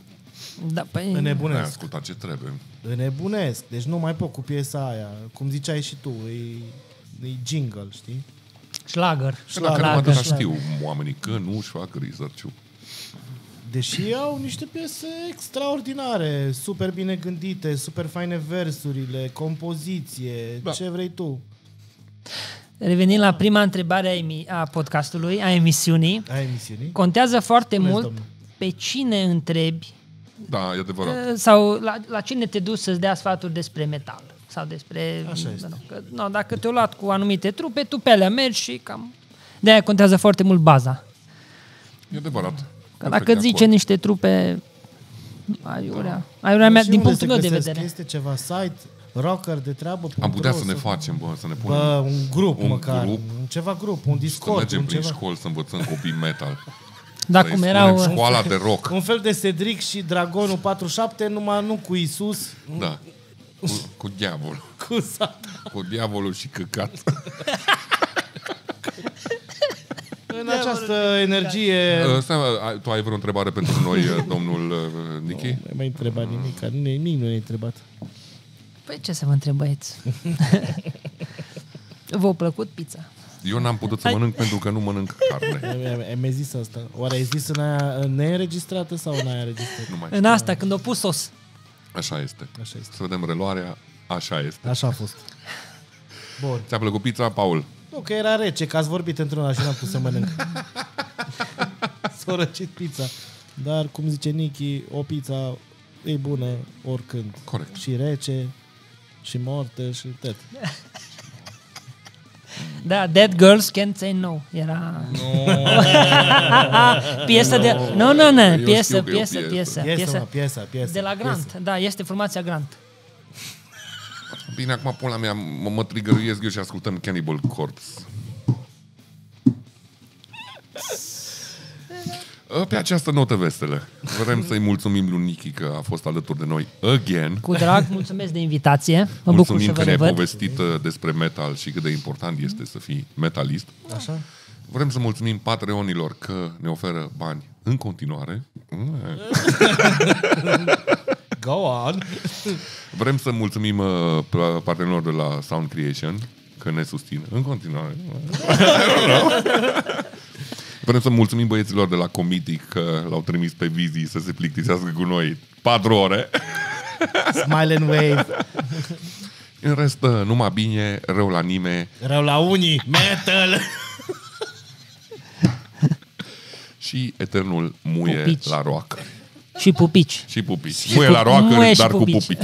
Da, păi... Ai înnebunesc. ascultat ce trebuie. Înnebunesc. Deci nu mai pot cu piesa aia. Cum ziceai și tu, e, e jingle, știi? Schlager. Și la da, care Schlager, mă schlager. știu oamenii că nu își fac research Deși au niște piese extraordinare, super bine gândite, super faine versurile, compoziție, da. ce vrei tu. Revenind la prima întrebare a, emi- a podcastului, a emisiunii, Ai emisiunii? contează foarte Spuneți, mult domnule. pe cine întrebi Da, e adevărat. uh, sau la, la cine te duci să-ți dea sfaturi despre metal sau despre... Așa este. Nu, că, nu, dacă te-au luat cu anumite trupe, tu pe alea mergi și cam... De-aia contează foarte mult baza. E adevărat. Că Perfect dacă de îți zice acord. niște trupe aiurea, aiurea mea Și din unde punctul se meu de găsesc? vedere. Este ceva site, rocker de treabă. Am putea să ne facem, bă, să ne punem... Bă, un grup un un măcar, grup. grup. un ceva grup, un Să Discord, mergem un prin ceva. școli să învățăm copii metal. Da, Să-i cum spunem erau... uh, Școala de rock. Un fel de Cedric și Dragonul 47, numai nu cu Isus, Da. Cu, cu diavolul. cu Satan. Cu diavolul și căcat. În această energie... Uh, Stai, mă, ai- tu ai vreo întrebare pentru noi, uh, domnul uh, Nichi? Nu mai întreba nimic, nimic nu ne-ai întrebat. Păi ce să vă întreb, băieți? V-a plăcut pizza? Eu n-am putut să mănânc pentru că nu mănânc carne. Ai mai zis asta. Oare ai zis în aia neînregistrată sau în aia înregistrată? Nu mai. În asta, când o pus sos. Așa este. Așa este. Să vedem reluarea. Așa este. Așa a fost. Bun. Ți-a plăcut pizza, Paul? Nu, că era rece, că ați vorbit într-una și n-am pus să mănânc. S-a răcit pizza. Dar, cum zice Nichi, o pizza e bună oricând. Corect. Și rece, și moartă, și tot. Da, Dead Girls Can't Say No. Era... Nu. piesă de... Nu, nu, Eu nu. știu Piesă, că e o piesă, piesă. Piesa, piesă. mă, Piesă piesa, piesa. Da, de la Grant. Da, este formația Grant. Bine, acum pula mea, mă, mă trigăruiesc eu și ascultăm Cannibal Corpse. Pe această notă vesele, vrem să-i mulțumim lui Nichi că a fost alături de noi again. Cu drag, mulțumesc de invitație. Mă bucur Mulțumim să că vă ne-ai revăd. povestit uh, despre metal și cât de important este să fii metalist. Așa? Vrem să mulțumim Patreonilor că ne oferă bani în continuare. Mm. Go on. Vrem să mulțumim uh, pra- partenerilor de la Sound Creation că ne susțin în continuare. Vrem să mulțumim băieților de la Comitic că l-au trimis pe vizii să se plictisească cu noi patru ore. Smile and wave. În rest, uh, numai bine, rău la nime Rău la unii. Metal. și eternul muie Pupici. la roacă. Și pupici. Și pupici. Muie la pup- roacă, muie și dar cu pupici. pupici.